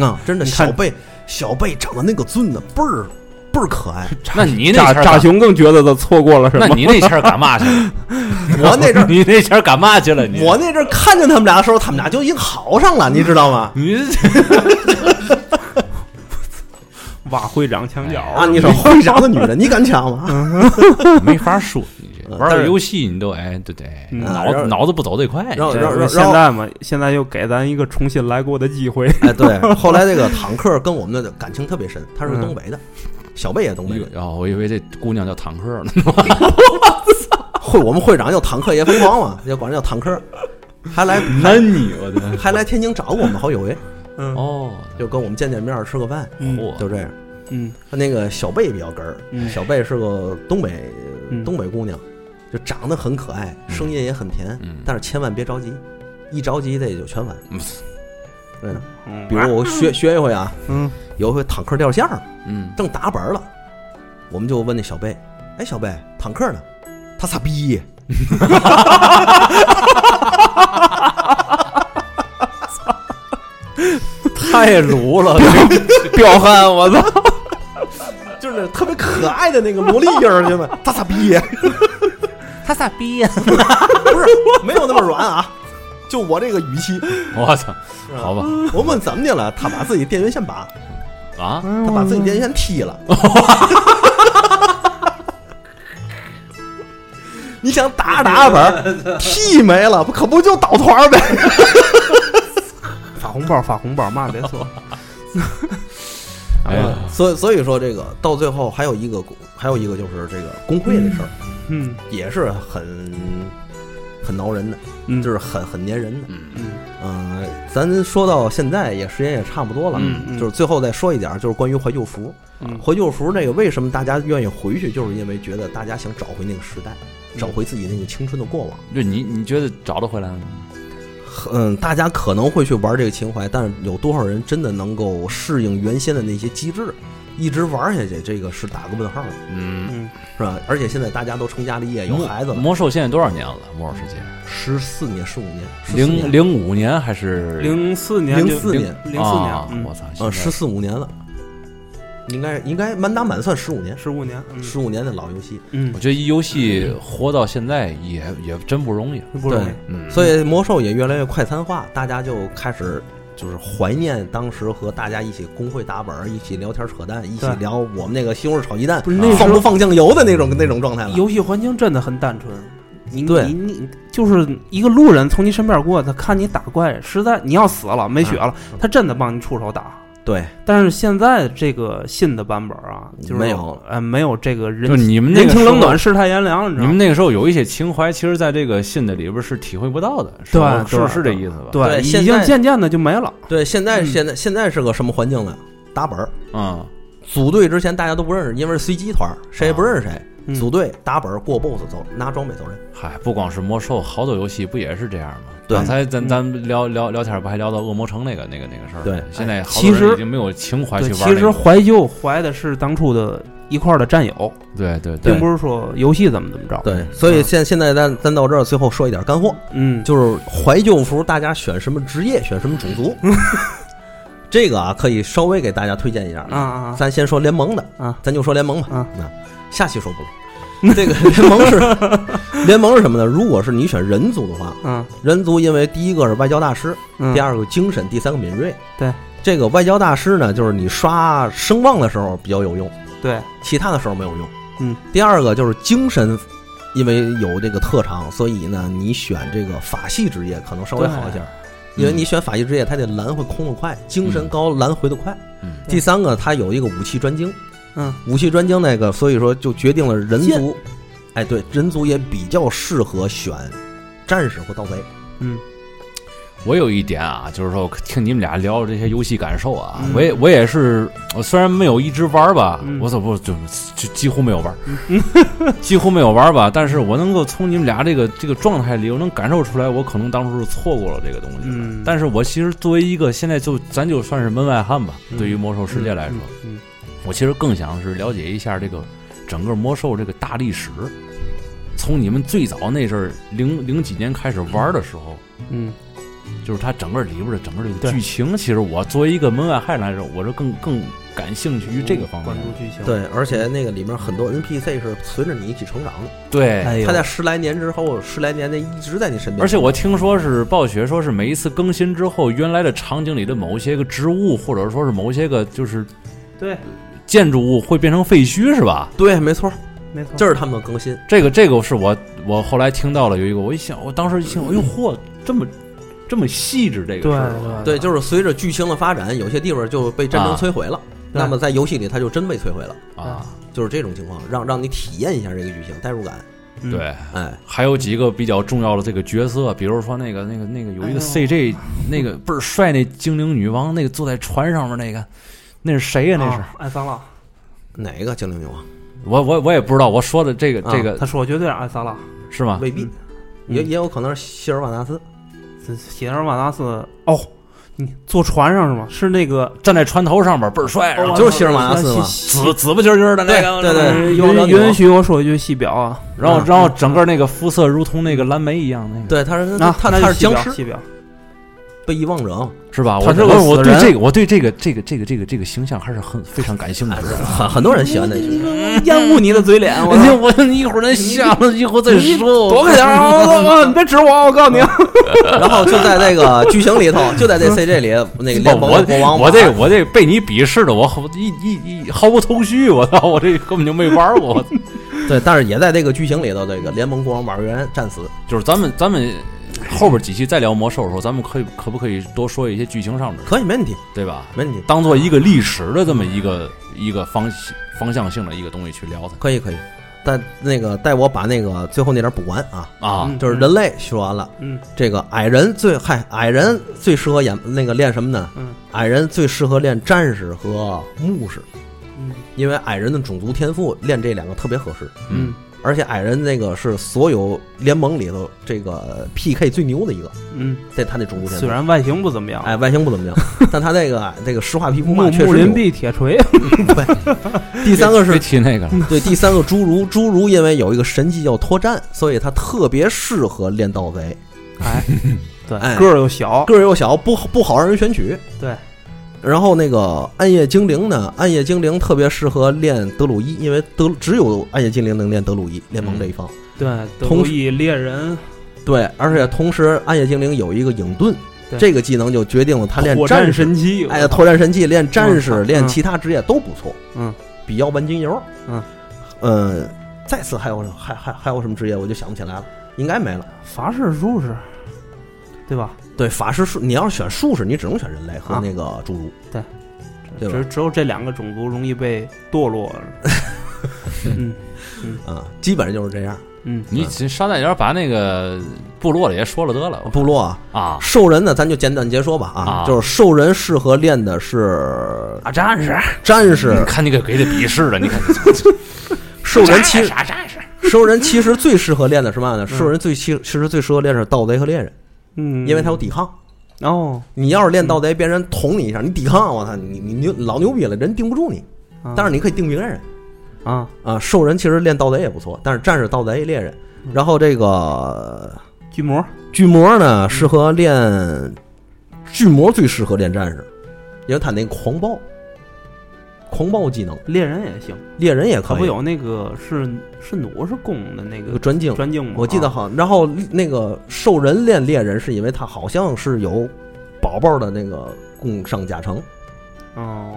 [SPEAKER 3] 啊，真的
[SPEAKER 2] 你看
[SPEAKER 3] 小贝小贝长得那个俊的倍儿倍儿可 爱，
[SPEAKER 1] 那你那
[SPEAKER 2] 炸
[SPEAKER 1] 前儿
[SPEAKER 2] 炸
[SPEAKER 1] 干，
[SPEAKER 2] 熊更觉得他错过了什
[SPEAKER 1] 那
[SPEAKER 2] 么？
[SPEAKER 1] 你那前儿干嘛去 了？
[SPEAKER 3] 我那阵 儿
[SPEAKER 1] 你那前儿干嘛去了？你
[SPEAKER 3] 我那阵儿看见他们俩的时候，他们俩就已经好上了，你知道吗？
[SPEAKER 1] 你
[SPEAKER 2] 挖会长墙角
[SPEAKER 3] 啊，你是会长的女人，你敢抢吗？
[SPEAKER 2] 嗯
[SPEAKER 1] 没法说，你这
[SPEAKER 3] 嗯
[SPEAKER 1] 玩
[SPEAKER 3] 但
[SPEAKER 1] 个
[SPEAKER 3] 是
[SPEAKER 1] 游戏你都哎，对对，
[SPEAKER 2] 嗯
[SPEAKER 1] 脑
[SPEAKER 3] 然后
[SPEAKER 1] 子脑子不走这块，
[SPEAKER 3] 然后
[SPEAKER 2] 这
[SPEAKER 3] 让让让
[SPEAKER 2] 现在嘛，现在又给咱一个重新来过的机会。
[SPEAKER 3] 哎，对，后来这个坦克跟我们的感情特别深，他是东北的，
[SPEAKER 2] 嗯
[SPEAKER 3] 小贝也东北的，
[SPEAKER 1] 然后我以为这姑娘叫坦克呢，
[SPEAKER 3] 会我们会长叫坦克爷疯狂嘛，就管人叫坦克，还来
[SPEAKER 1] 那你我的
[SPEAKER 3] 还来天津找过我们好几回，
[SPEAKER 2] 嗯
[SPEAKER 1] 哦，
[SPEAKER 3] 就跟我们见见面吃个饭，
[SPEAKER 2] 嗯
[SPEAKER 1] 嚯
[SPEAKER 3] 就这样。
[SPEAKER 2] 嗯
[SPEAKER 3] 那个小贝比较哏儿，
[SPEAKER 2] 嗯
[SPEAKER 3] 小贝是个东北
[SPEAKER 2] 嗯
[SPEAKER 3] 东北姑娘，就长得很可爱，
[SPEAKER 1] 嗯
[SPEAKER 3] 声音也很甜，
[SPEAKER 1] 嗯
[SPEAKER 3] 但是千万别着急，一着急这就全完。
[SPEAKER 1] 嗯
[SPEAKER 3] 对的，
[SPEAKER 2] 嗯
[SPEAKER 3] 比如我 学学一回啊，
[SPEAKER 2] 嗯
[SPEAKER 3] 有一回坦克掉线了，
[SPEAKER 1] 嗯，
[SPEAKER 3] 正打本儿了，我们就问那小贝，哎，小贝，坦克呢？他傻逼。
[SPEAKER 1] 太鲁了，
[SPEAKER 2] 彪悍，我操！
[SPEAKER 3] 就是那特别可爱的那个萝莉音儿， 兄弟们，他傻逼，
[SPEAKER 2] 他傻逼呀！
[SPEAKER 3] 不是没有那么软啊，就我这个语气，
[SPEAKER 1] 我操，好吧
[SPEAKER 3] 我问怎么的了，他把自己电源线拔，
[SPEAKER 1] 啊，
[SPEAKER 3] 他把自己电源线踢了。 你想打着打着本儿，踢没了，不可不就倒团儿呗？
[SPEAKER 2] 发红包，发红包，嘛别 说。
[SPEAKER 1] 哎呀，哎
[SPEAKER 3] 所以所以说这个到最后还有一个还有一个就是这个工会的事儿，
[SPEAKER 2] 嗯
[SPEAKER 3] 也是很很挠人的，
[SPEAKER 2] 嗯，
[SPEAKER 3] 就是很很粘人的。
[SPEAKER 1] 嗯
[SPEAKER 2] 嗯
[SPEAKER 3] 嗯、咱说到现在也时间也差不多了，
[SPEAKER 2] 嗯嗯
[SPEAKER 3] 就是最后再说一点儿，就是关于怀旧服。
[SPEAKER 2] 嗯
[SPEAKER 3] 怀旧服那个为什么大家愿意回去，就是因为觉得大家想找回那个时代，找回自己那个青春的过往。
[SPEAKER 1] 就你你觉得找得回来吗？
[SPEAKER 3] 嗯，大家可能会去玩这个情怀，但是有多少人真的能够适应原先的那些机制，一直玩下去？这个是打个问号的，
[SPEAKER 1] 嗯，
[SPEAKER 2] 嗯
[SPEAKER 3] 是吧？而且现在大家都成家立业，有孩子了，
[SPEAKER 1] 魔兽现在多少年了？魔兽世界
[SPEAKER 3] 十四年、十五年、14
[SPEAKER 1] 零
[SPEAKER 3] 年
[SPEAKER 1] 零五年还是
[SPEAKER 2] 零四年就
[SPEAKER 3] 04年
[SPEAKER 2] 零四
[SPEAKER 1] 啊
[SPEAKER 2] 年，嗯
[SPEAKER 1] 我操，现在
[SPEAKER 3] 呃十四五年了，应该应该满打满算十五年，
[SPEAKER 2] 十五年，嗯
[SPEAKER 3] 十五年的老游戏。
[SPEAKER 2] 嗯
[SPEAKER 1] 我，觉得一游戏活到现在也也真不容易。
[SPEAKER 2] 不容易
[SPEAKER 3] 对，
[SPEAKER 1] 嗯，
[SPEAKER 3] 所以魔兽也越来越快餐化，大家就开始就是怀念当时和大家一起工会打本儿，一起聊天扯淡，一起
[SPEAKER 2] 对
[SPEAKER 3] 聊我们那个西红柿炒鸡蛋
[SPEAKER 2] 不是那时
[SPEAKER 3] 放不
[SPEAKER 2] 候嗯
[SPEAKER 3] 放酱油的那种那种状态了。
[SPEAKER 2] 游戏环境真的很单纯。你
[SPEAKER 3] 对
[SPEAKER 2] 你你就是一个路人从你身边过，他看你打怪，实在你要死了没血了，
[SPEAKER 3] 嗯
[SPEAKER 2] 他真的帮你出手打。
[SPEAKER 3] 对，
[SPEAKER 2] 但是现在这个新的版本啊，就是
[SPEAKER 3] 嗯没有
[SPEAKER 2] 哎，没有这个人
[SPEAKER 1] 就你们那
[SPEAKER 2] 人
[SPEAKER 1] 个
[SPEAKER 2] 情
[SPEAKER 1] 时候
[SPEAKER 2] 冷暖，世态炎凉，你
[SPEAKER 1] 你
[SPEAKER 2] 知道
[SPEAKER 1] 们
[SPEAKER 2] 吗？
[SPEAKER 1] 那个时候有一些情怀，其实在这个信的里边是体会不到的，是吧
[SPEAKER 2] 对
[SPEAKER 1] 是是这意思吧？，
[SPEAKER 3] 对
[SPEAKER 2] 对，已
[SPEAKER 3] 现在
[SPEAKER 2] 经渐渐的就没了。
[SPEAKER 3] 对，现在
[SPEAKER 2] 嗯
[SPEAKER 3] 现在现在是个什么环境呢？打本儿，
[SPEAKER 1] 嗯，
[SPEAKER 3] 组队之前大家都不认识，因为是随机团儿，谁也不认识谁。
[SPEAKER 2] 嗯
[SPEAKER 3] 组队打本儿过 BOSS 走，拿装备走人。
[SPEAKER 1] 嗨，不光是魔兽，好多游戏不也是这样吗？
[SPEAKER 3] 对
[SPEAKER 1] 刚才
[SPEAKER 2] 嗯
[SPEAKER 1] 咱咱们聊聊聊天，不还聊到恶魔城那个那个那个事儿吗？
[SPEAKER 3] 对
[SPEAKER 1] 现在好
[SPEAKER 2] 哎其
[SPEAKER 1] 多人
[SPEAKER 2] 实
[SPEAKER 1] 已经没有情怀去
[SPEAKER 2] 对，
[SPEAKER 1] 玩
[SPEAKER 2] 其
[SPEAKER 1] 那
[SPEAKER 2] 实
[SPEAKER 1] 个
[SPEAKER 2] 怀旧怀的是当初的一块儿的战友，
[SPEAKER 1] 对对
[SPEAKER 2] 并不是说游戏怎么怎么着。
[SPEAKER 3] 对，所以现现在咱咱到这儿，最后说一点干货，
[SPEAKER 2] 嗯，
[SPEAKER 3] 就是怀旧服，大家选什么职业，选什么种族，
[SPEAKER 2] 嗯
[SPEAKER 3] 这个啊可以稍微给大家推荐一下
[SPEAKER 2] 啊啊
[SPEAKER 3] 咱先说联盟的
[SPEAKER 2] 啊，
[SPEAKER 3] 咱就说联盟吧。
[SPEAKER 2] 啊，
[SPEAKER 3] 那下期说不了。 这个联盟是 联盟是什么呢？如果是你选人族的话，
[SPEAKER 2] 啊啊
[SPEAKER 3] 人族因为第一个是外交大师，
[SPEAKER 2] 嗯，
[SPEAKER 3] 第二个精神，第三个敏锐。
[SPEAKER 2] 对，
[SPEAKER 3] 这个外交大师呢，就是你刷声望的时候比较有用，
[SPEAKER 2] 嗯对，
[SPEAKER 3] 其他的时候没有用。
[SPEAKER 2] 嗯，
[SPEAKER 3] 第二个就是精神，因为有这个特长，所以呢，你选这个法系职业可能稍微好一些，因为你选法系职业，他得蓝会空的快，精神高，蓝回的快。
[SPEAKER 1] 嗯
[SPEAKER 3] 第三个，他有一个武器专精，
[SPEAKER 2] 嗯，
[SPEAKER 3] 武器专精那个，所以说就决定了人
[SPEAKER 2] 剑
[SPEAKER 3] 族，哎，对，人族也比较适合选战士或盗贼。
[SPEAKER 2] 嗯
[SPEAKER 1] 我有一点啊，就是说听你们俩聊这些游戏感受啊，
[SPEAKER 2] 嗯
[SPEAKER 1] 我也我也是，我虽然没有一直玩吧，
[SPEAKER 2] 嗯
[SPEAKER 1] 我怎么就就几乎没有玩， 几乎没有玩吧，但是我能够从你们俩这个这个状态里，我能感受出来，我可能当初是错过了这个东西。
[SPEAKER 2] 嗯，
[SPEAKER 1] 但是我其实作为一个现在就咱就算是门外汉吧，
[SPEAKER 2] 嗯
[SPEAKER 1] 对于魔兽世界来说，
[SPEAKER 2] 嗯，
[SPEAKER 1] 我其实更想是了解一下这个整个魔兽这个大历史，从你们最早那阵儿零零几年开始玩的时候。
[SPEAKER 2] 嗯
[SPEAKER 1] 就是它整个里边的整个这个
[SPEAKER 2] 对
[SPEAKER 1] 剧情，其实我作为一个门外汉来说，我是更更感兴趣于这个方面
[SPEAKER 2] 关。注剧情，
[SPEAKER 3] 对，而且那个里面很多 NPC 是随着你一起成长的，
[SPEAKER 1] 对，
[SPEAKER 2] 哎呦，
[SPEAKER 3] 他在十来年之后，十来年内一直在你身边。
[SPEAKER 1] 而且我听说是暴雪说是每一次更新之后，原来的场景里的某些个植物，或者说是某些个就是
[SPEAKER 2] 对，
[SPEAKER 1] 建筑物会变成废墟，是吧？
[SPEAKER 3] 对，没错，
[SPEAKER 2] 没错，
[SPEAKER 3] 这是他们的更新。
[SPEAKER 1] 这个这个是我我后来听到了有一个，我一想，我当时一听，哎呦嚯，这么这么细致这个
[SPEAKER 2] 对
[SPEAKER 1] 事儿啊，
[SPEAKER 3] 对，就是随着剧情的发展，有些地方就被战争摧毁了。
[SPEAKER 2] 对
[SPEAKER 3] 那么在游戏里，它就真被摧毁了，
[SPEAKER 1] 啊，
[SPEAKER 3] 就是这种情况，让让你体验一下这个剧情代入感。
[SPEAKER 2] 嗯
[SPEAKER 1] 对。
[SPEAKER 3] 哎，
[SPEAKER 1] 还有几个比较重要的这个角色，比如说那个那个那个有一个 CJ，、那 个倍儿帅那精灵女王，那个坐在船上面那个，那是谁呀、那是、
[SPEAKER 2] 啊艾萨拉，
[SPEAKER 3] 哪个精灵女王？
[SPEAKER 1] 我我我也不知道，我说的这个、
[SPEAKER 3] 啊
[SPEAKER 1] 这个
[SPEAKER 2] 他说绝对是艾萨拉，
[SPEAKER 1] 是吗？
[SPEAKER 3] 未必，也也有可能是希尔瓦纳斯。
[SPEAKER 2] 这写上瓦纳斯哦，你坐船上是吗？是那个
[SPEAKER 1] 站在船头上面倍儿帅，然后
[SPEAKER 3] 就是希尔瓦纳斯嘛
[SPEAKER 1] 紫紫不啾啾的那个，
[SPEAKER 3] 对对对
[SPEAKER 2] 嗯允
[SPEAKER 3] 有两种
[SPEAKER 2] 允许我说一句细表啊，
[SPEAKER 1] 然后
[SPEAKER 3] 嗯
[SPEAKER 1] 然后整个那个肤色如同那个蓝莓一样，那个
[SPEAKER 3] 对，他是他
[SPEAKER 2] 那
[SPEAKER 3] 他
[SPEAKER 2] 啊那
[SPEAKER 3] 他
[SPEAKER 2] 就是细
[SPEAKER 3] 僵
[SPEAKER 2] 表
[SPEAKER 3] 尸，嗯
[SPEAKER 2] 细表，
[SPEAKER 3] 被遗忘者啊，
[SPEAKER 1] 是吧？
[SPEAKER 2] 他
[SPEAKER 1] 我
[SPEAKER 2] 是个
[SPEAKER 1] 我我
[SPEAKER 2] 死
[SPEAKER 1] 对
[SPEAKER 2] 人
[SPEAKER 1] 这个我对这个这个这个这个这个形象还是很非常感兴趣的。
[SPEAKER 3] 很很多人喜欢那剧。
[SPEAKER 2] 厌恶你的嘴脸，我
[SPEAKER 3] 嗯
[SPEAKER 1] 我我一会儿咱下了以后再说，
[SPEAKER 2] 躲开点啊！我我你别指我，我告诉你，啊
[SPEAKER 3] 然后就在那个剧情里头，就在这 CJ 里，那个联盟的国王
[SPEAKER 1] 我我这我这被你鄙视的，我毫一一一毫无头绪，我操，我这根本就没玩过。 我操
[SPEAKER 3] 对，但是也在这个剧情里头，这个联盟国王马瑞安战死。
[SPEAKER 1] 就是咱们咱们后边几期再聊魔兽的时候，咱们可以可不可以多说一些剧情上面的，
[SPEAKER 3] 可以，没问题，
[SPEAKER 1] 对吧？
[SPEAKER 3] 没问题，
[SPEAKER 1] 当做一个历史的这么一个一个方向方向性的一个东西去聊它。
[SPEAKER 3] 可以，可以。但那个带我把那个最后那点儿补完啊，
[SPEAKER 1] 啊
[SPEAKER 2] 嗯
[SPEAKER 3] 就是人类学完了，
[SPEAKER 2] 嗯
[SPEAKER 3] 这个矮人最嗨，矮人最适合演那个练什么呢？
[SPEAKER 2] 嗯
[SPEAKER 3] 矮人最适合练战士和牧师，
[SPEAKER 2] 嗯
[SPEAKER 3] 因为矮人的种族天赋练这两个特别合适，
[SPEAKER 1] 嗯
[SPEAKER 2] 嗯
[SPEAKER 3] 而且矮人那个是所有联盟里头这个 PK 最牛的一个，
[SPEAKER 2] 嗯，
[SPEAKER 3] 在他那种族天赋
[SPEAKER 2] 虽。然外形不怎么样，
[SPEAKER 3] 哎，外形不 怎么样，但他那个这个石化皮肤嘛，
[SPEAKER 2] 木
[SPEAKER 3] 确
[SPEAKER 2] 木
[SPEAKER 3] 实
[SPEAKER 2] 林
[SPEAKER 3] 牛。
[SPEAKER 2] 壁铁锤，
[SPEAKER 3] 第三个
[SPEAKER 1] 别
[SPEAKER 3] 是嗯
[SPEAKER 1] 提那个了，
[SPEAKER 3] 对，第三个侏儒，侏儒因为有一个神技叫脱战，所以他特别适合练盗贼。
[SPEAKER 2] 哎，对
[SPEAKER 3] 哎，
[SPEAKER 2] 个儿又小，
[SPEAKER 3] 个儿又小，不好不好让人选取。
[SPEAKER 2] 对，
[SPEAKER 3] 然后那个暗夜精灵呢？暗夜精灵特别适合练德鲁伊，因为德只有暗夜精灵能练德鲁伊联盟这
[SPEAKER 2] 嗯
[SPEAKER 3] 一方。
[SPEAKER 2] 对，德
[SPEAKER 3] 同
[SPEAKER 2] 鲁伊猎人，
[SPEAKER 3] 对，而且同时暗夜精灵有一个影盾，
[SPEAKER 2] 对
[SPEAKER 3] 这个技能就决定了他练
[SPEAKER 2] 火
[SPEAKER 3] 战
[SPEAKER 2] 战
[SPEAKER 3] 士，
[SPEAKER 2] 神器，
[SPEAKER 3] 哎，拓战神器练战
[SPEAKER 2] 我
[SPEAKER 3] 士、
[SPEAKER 2] 操
[SPEAKER 3] 练
[SPEAKER 2] 嗯
[SPEAKER 3] 其他职业都不错。
[SPEAKER 2] 嗯，
[SPEAKER 3] 比腰丸精油。
[SPEAKER 2] 嗯，
[SPEAKER 3] 呃，再次还有还还还有什么职业我就想不起来了，应该没了。
[SPEAKER 2] 法师术士，对吧？
[SPEAKER 3] 对，法师术，你要是选术士，你只能选人类和
[SPEAKER 2] 啊
[SPEAKER 3] 那个侏儒。对吧
[SPEAKER 2] 只只有这两个种族容易被堕落。嗯
[SPEAKER 3] 啊、基本上就是这样。
[SPEAKER 2] 嗯，
[SPEAKER 1] 你只捎带脚把那个部落里也说了得
[SPEAKER 2] 哦
[SPEAKER 1] 了
[SPEAKER 3] 部落啊，
[SPEAKER 1] 啊，
[SPEAKER 3] 兽人呢，咱就简短截说吧啊，
[SPEAKER 1] 啊
[SPEAKER 3] 就是兽人适合练的是
[SPEAKER 2] 打战士，
[SPEAKER 3] 战
[SPEAKER 1] 你
[SPEAKER 3] 士，
[SPEAKER 2] 嗯
[SPEAKER 1] 看你给给的鄙视的，你 看
[SPEAKER 3] 兽人其
[SPEAKER 1] 啥战士，
[SPEAKER 3] 兽人其实最适合练的是嘛呢？
[SPEAKER 2] 嗯
[SPEAKER 3] 兽人最其其实最适合练的是盗贼和猎人，
[SPEAKER 2] 嗯，
[SPEAKER 3] 因为他有抵抗。
[SPEAKER 2] 哦，
[SPEAKER 3] 你要是练盗贼，别人捅你一下，你抵抗，我操，你你你老牛逼了，人定不住你。但是
[SPEAKER 2] 你
[SPEAKER 3] 你可以定别人
[SPEAKER 2] 啊，
[SPEAKER 3] 啊。兽人其实练盗贼也不错，但是战士、盗贼、猎人，
[SPEAKER 2] 嗯
[SPEAKER 3] 然后这个
[SPEAKER 2] 巨魔
[SPEAKER 3] 巨魔呢，适合练巨魔最适合练战士，因为他那个狂暴，狂暴技能，
[SPEAKER 2] 猎人也行，
[SPEAKER 3] 猎人也
[SPEAKER 2] 他
[SPEAKER 3] 可
[SPEAKER 2] 不
[SPEAKER 3] 以。
[SPEAKER 2] 有那个是是弩是弓的那
[SPEAKER 3] 有个
[SPEAKER 2] 个
[SPEAKER 3] 专镜，
[SPEAKER 2] 专镜吗？
[SPEAKER 3] 我记得
[SPEAKER 2] 啊
[SPEAKER 3] 好。然后那个兽人练猎人是因为他好像是有宝宝的那个供上加成，
[SPEAKER 2] 哦，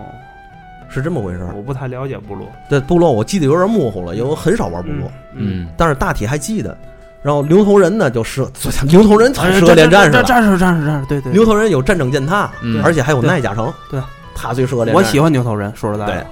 [SPEAKER 3] 是这么回事儿。
[SPEAKER 2] 我不太了解部落，
[SPEAKER 3] 对部落我记得有点模糊了，因为我很少玩部落，
[SPEAKER 2] 嗯，
[SPEAKER 1] 嗯，
[SPEAKER 3] 但是大体还记得。然后牛头人呢，就是牛头人才
[SPEAKER 2] 哎
[SPEAKER 3] 适合练
[SPEAKER 2] 战
[SPEAKER 3] 战士
[SPEAKER 2] 战
[SPEAKER 3] 了。
[SPEAKER 2] 战士战士战士，对对，
[SPEAKER 3] 牛头人有战整践踏，
[SPEAKER 1] 嗯
[SPEAKER 3] 而且还有
[SPEAKER 2] 对
[SPEAKER 3] 耐加成，
[SPEAKER 2] 对，
[SPEAKER 3] 他最适合练
[SPEAKER 2] 我
[SPEAKER 3] 战士。
[SPEAKER 2] 喜欢牛头人，说实在的，嗯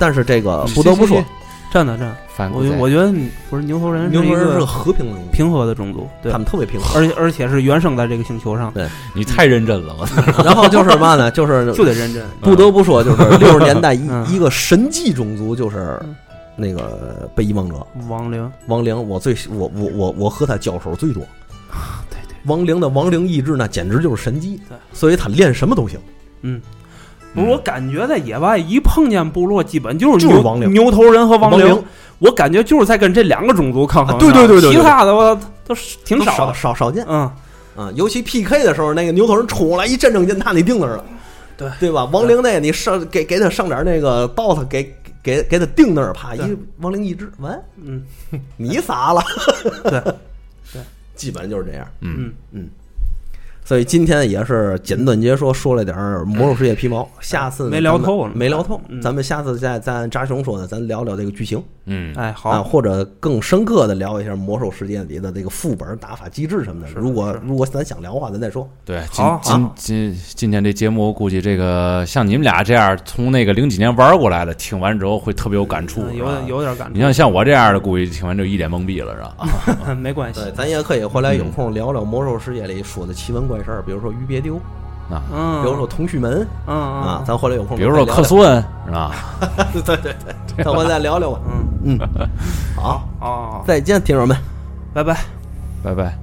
[SPEAKER 3] 但是这个不得不说
[SPEAKER 1] 行，，
[SPEAKER 2] 真的真的，
[SPEAKER 1] 反
[SPEAKER 2] 我我觉得你不是牛头人，
[SPEAKER 3] 牛头人是个
[SPEAKER 2] 是
[SPEAKER 3] 和平的民族，
[SPEAKER 2] 平和的种族，对
[SPEAKER 3] 他，们特 别平和。
[SPEAKER 2] 而且而且是原生在这个星球上，
[SPEAKER 1] 你太认真了，我操，
[SPEAKER 3] 然后就是嘛呢，就是
[SPEAKER 2] 就得认真，
[SPEAKER 3] 不得不说，就是六十年代一
[SPEAKER 2] 嗯
[SPEAKER 3] 一个神迹种族，就是
[SPEAKER 2] 嗯
[SPEAKER 3] 那个被遗忘者
[SPEAKER 2] 亡灵，
[SPEAKER 3] 亡灵，我最我我我我和他交手最多。
[SPEAKER 2] 啊对对，
[SPEAKER 3] 亡灵的亡灵意志那简直就是神迹
[SPEAKER 2] 对，
[SPEAKER 3] 所以他练什么都行。
[SPEAKER 2] 嗯。
[SPEAKER 1] 嗯
[SPEAKER 2] 不是，我感觉在野外一碰见部落，基本就是
[SPEAKER 3] 就是
[SPEAKER 2] 牛
[SPEAKER 3] 亡灵
[SPEAKER 2] 牛头人和亡
[SPEAKER 3] 亡灵
[SPEAKER 2] 灵，我感觉就是在跟这两个种族抗衡
[SPEAKER 3] 啊对
[SPEAKER 2] 上。
[SPEAKER 3] 对对对对
[SPEAKER 2] 其他的我都是挺
[SPEAKER 3] 都
[SPEAKER 2] 少
[SPEAKER 3] 少
[SPEAKER 2] 的。
[SPEAKER 3] 少少见
[SPEAKER 2] 嗯，
[SPEAKER 3] 啊，尤其 PK 的时候，那个牛头人冲过来一阵正见他，你定那儿了，
[SPEAKER 2] 对
[SPEAKER 3] 对吧？亡灵那你上给给他上点那个 DOT，给给给他定那儿，啪一
[SPEAKER 2] 对
[SPEAKER 3] 亡灵意志完。
[SPEAKER 2] 嗯
[SPEAKER 3] 你傻了，
[SPEAKER 2] 对，
[SPEAKER 3] 嗯
[SPEAKER 2] 对，
[SPEAKER 3] 基本就是这样。
[SPEAKER 1] 嗯，
[SPEAKER 2] 嗯，
[SPEAKER 3] 所以今天也是简短截说，说了点儿魔兽世界皮毛，下次呢
[SPEAKER 2] 没聊
[SPEAKER 3] 咱们
[SPEAKER 2] 透呢
[SPEAKER 3] 没聊透，
[SPEAKER 2] 嗯
[SPEAKER 3] 咱们下次再再按扎熊说的，咱聊聊这个剧情
[SPEAKER 1] 嗯，
[SPEAKER 2] 哎，好，
[SPEAKER 3] 啊，或者更深刻的聊一下魔兽世界里的这个副本打法机制什么的。如果如果咱想聊的话，咱再说。
[SPEAKER 1] 对，今
[SPEAKER 2] 好
[SPEAKER 1] 今
[SPEAKER 2] 好
[SPEAKER 1] 今今天这节目，我估计这个像你们俩这样从那个零几年玩过来的，听完之后会特别有感触，
[SPEAKER 2] 嗯
[SPEAKER 1] 是
[SPEAKER 2] 有
[SPEAKER 1] 吧
[SPEAKER 3] 啊
[SPEAKER 2] 点有点感
[SPEAKER 1] 你
[SPEAKER 2] 觉，
[SPEAKER 1] 像像我这样的，估计听完就一脸懵逼了，是吧？
[SPEAKER 2] 没关系
[SPEAKER 3] 对，。咱也可以回来有空聊聊魔兽世界里说的奇闻怪事儿，比如说鱼别丢，
[SPEAKER 1] 啊，
[SPEAKER 2] 嗯，
[SPEAKER 3] 比如说通讯门
[SPEAKER 2] 嗯嗯
[SPEAKER 3] 啊，
[SPEAKER 2] 嗯
[SPEAKER 3] 咱回来有空
[SPEAKER 1] 比如说
[SPEAKER 3] 咱再
[SPEAKER 1] 克苏恩，是吧？
[SPEAKER 3] 聊聊， 对对对，咱回来再聊聊吧。
[SPEAKER 2] 嗯，
[SPEAKER 3] 嗯，好，
[SPEAKER 2] 哦，
[SPEAKER 3] 再见，听友们。
[SPEAKER 2] 拜拜。
[SPEAKER 1] 拜拜。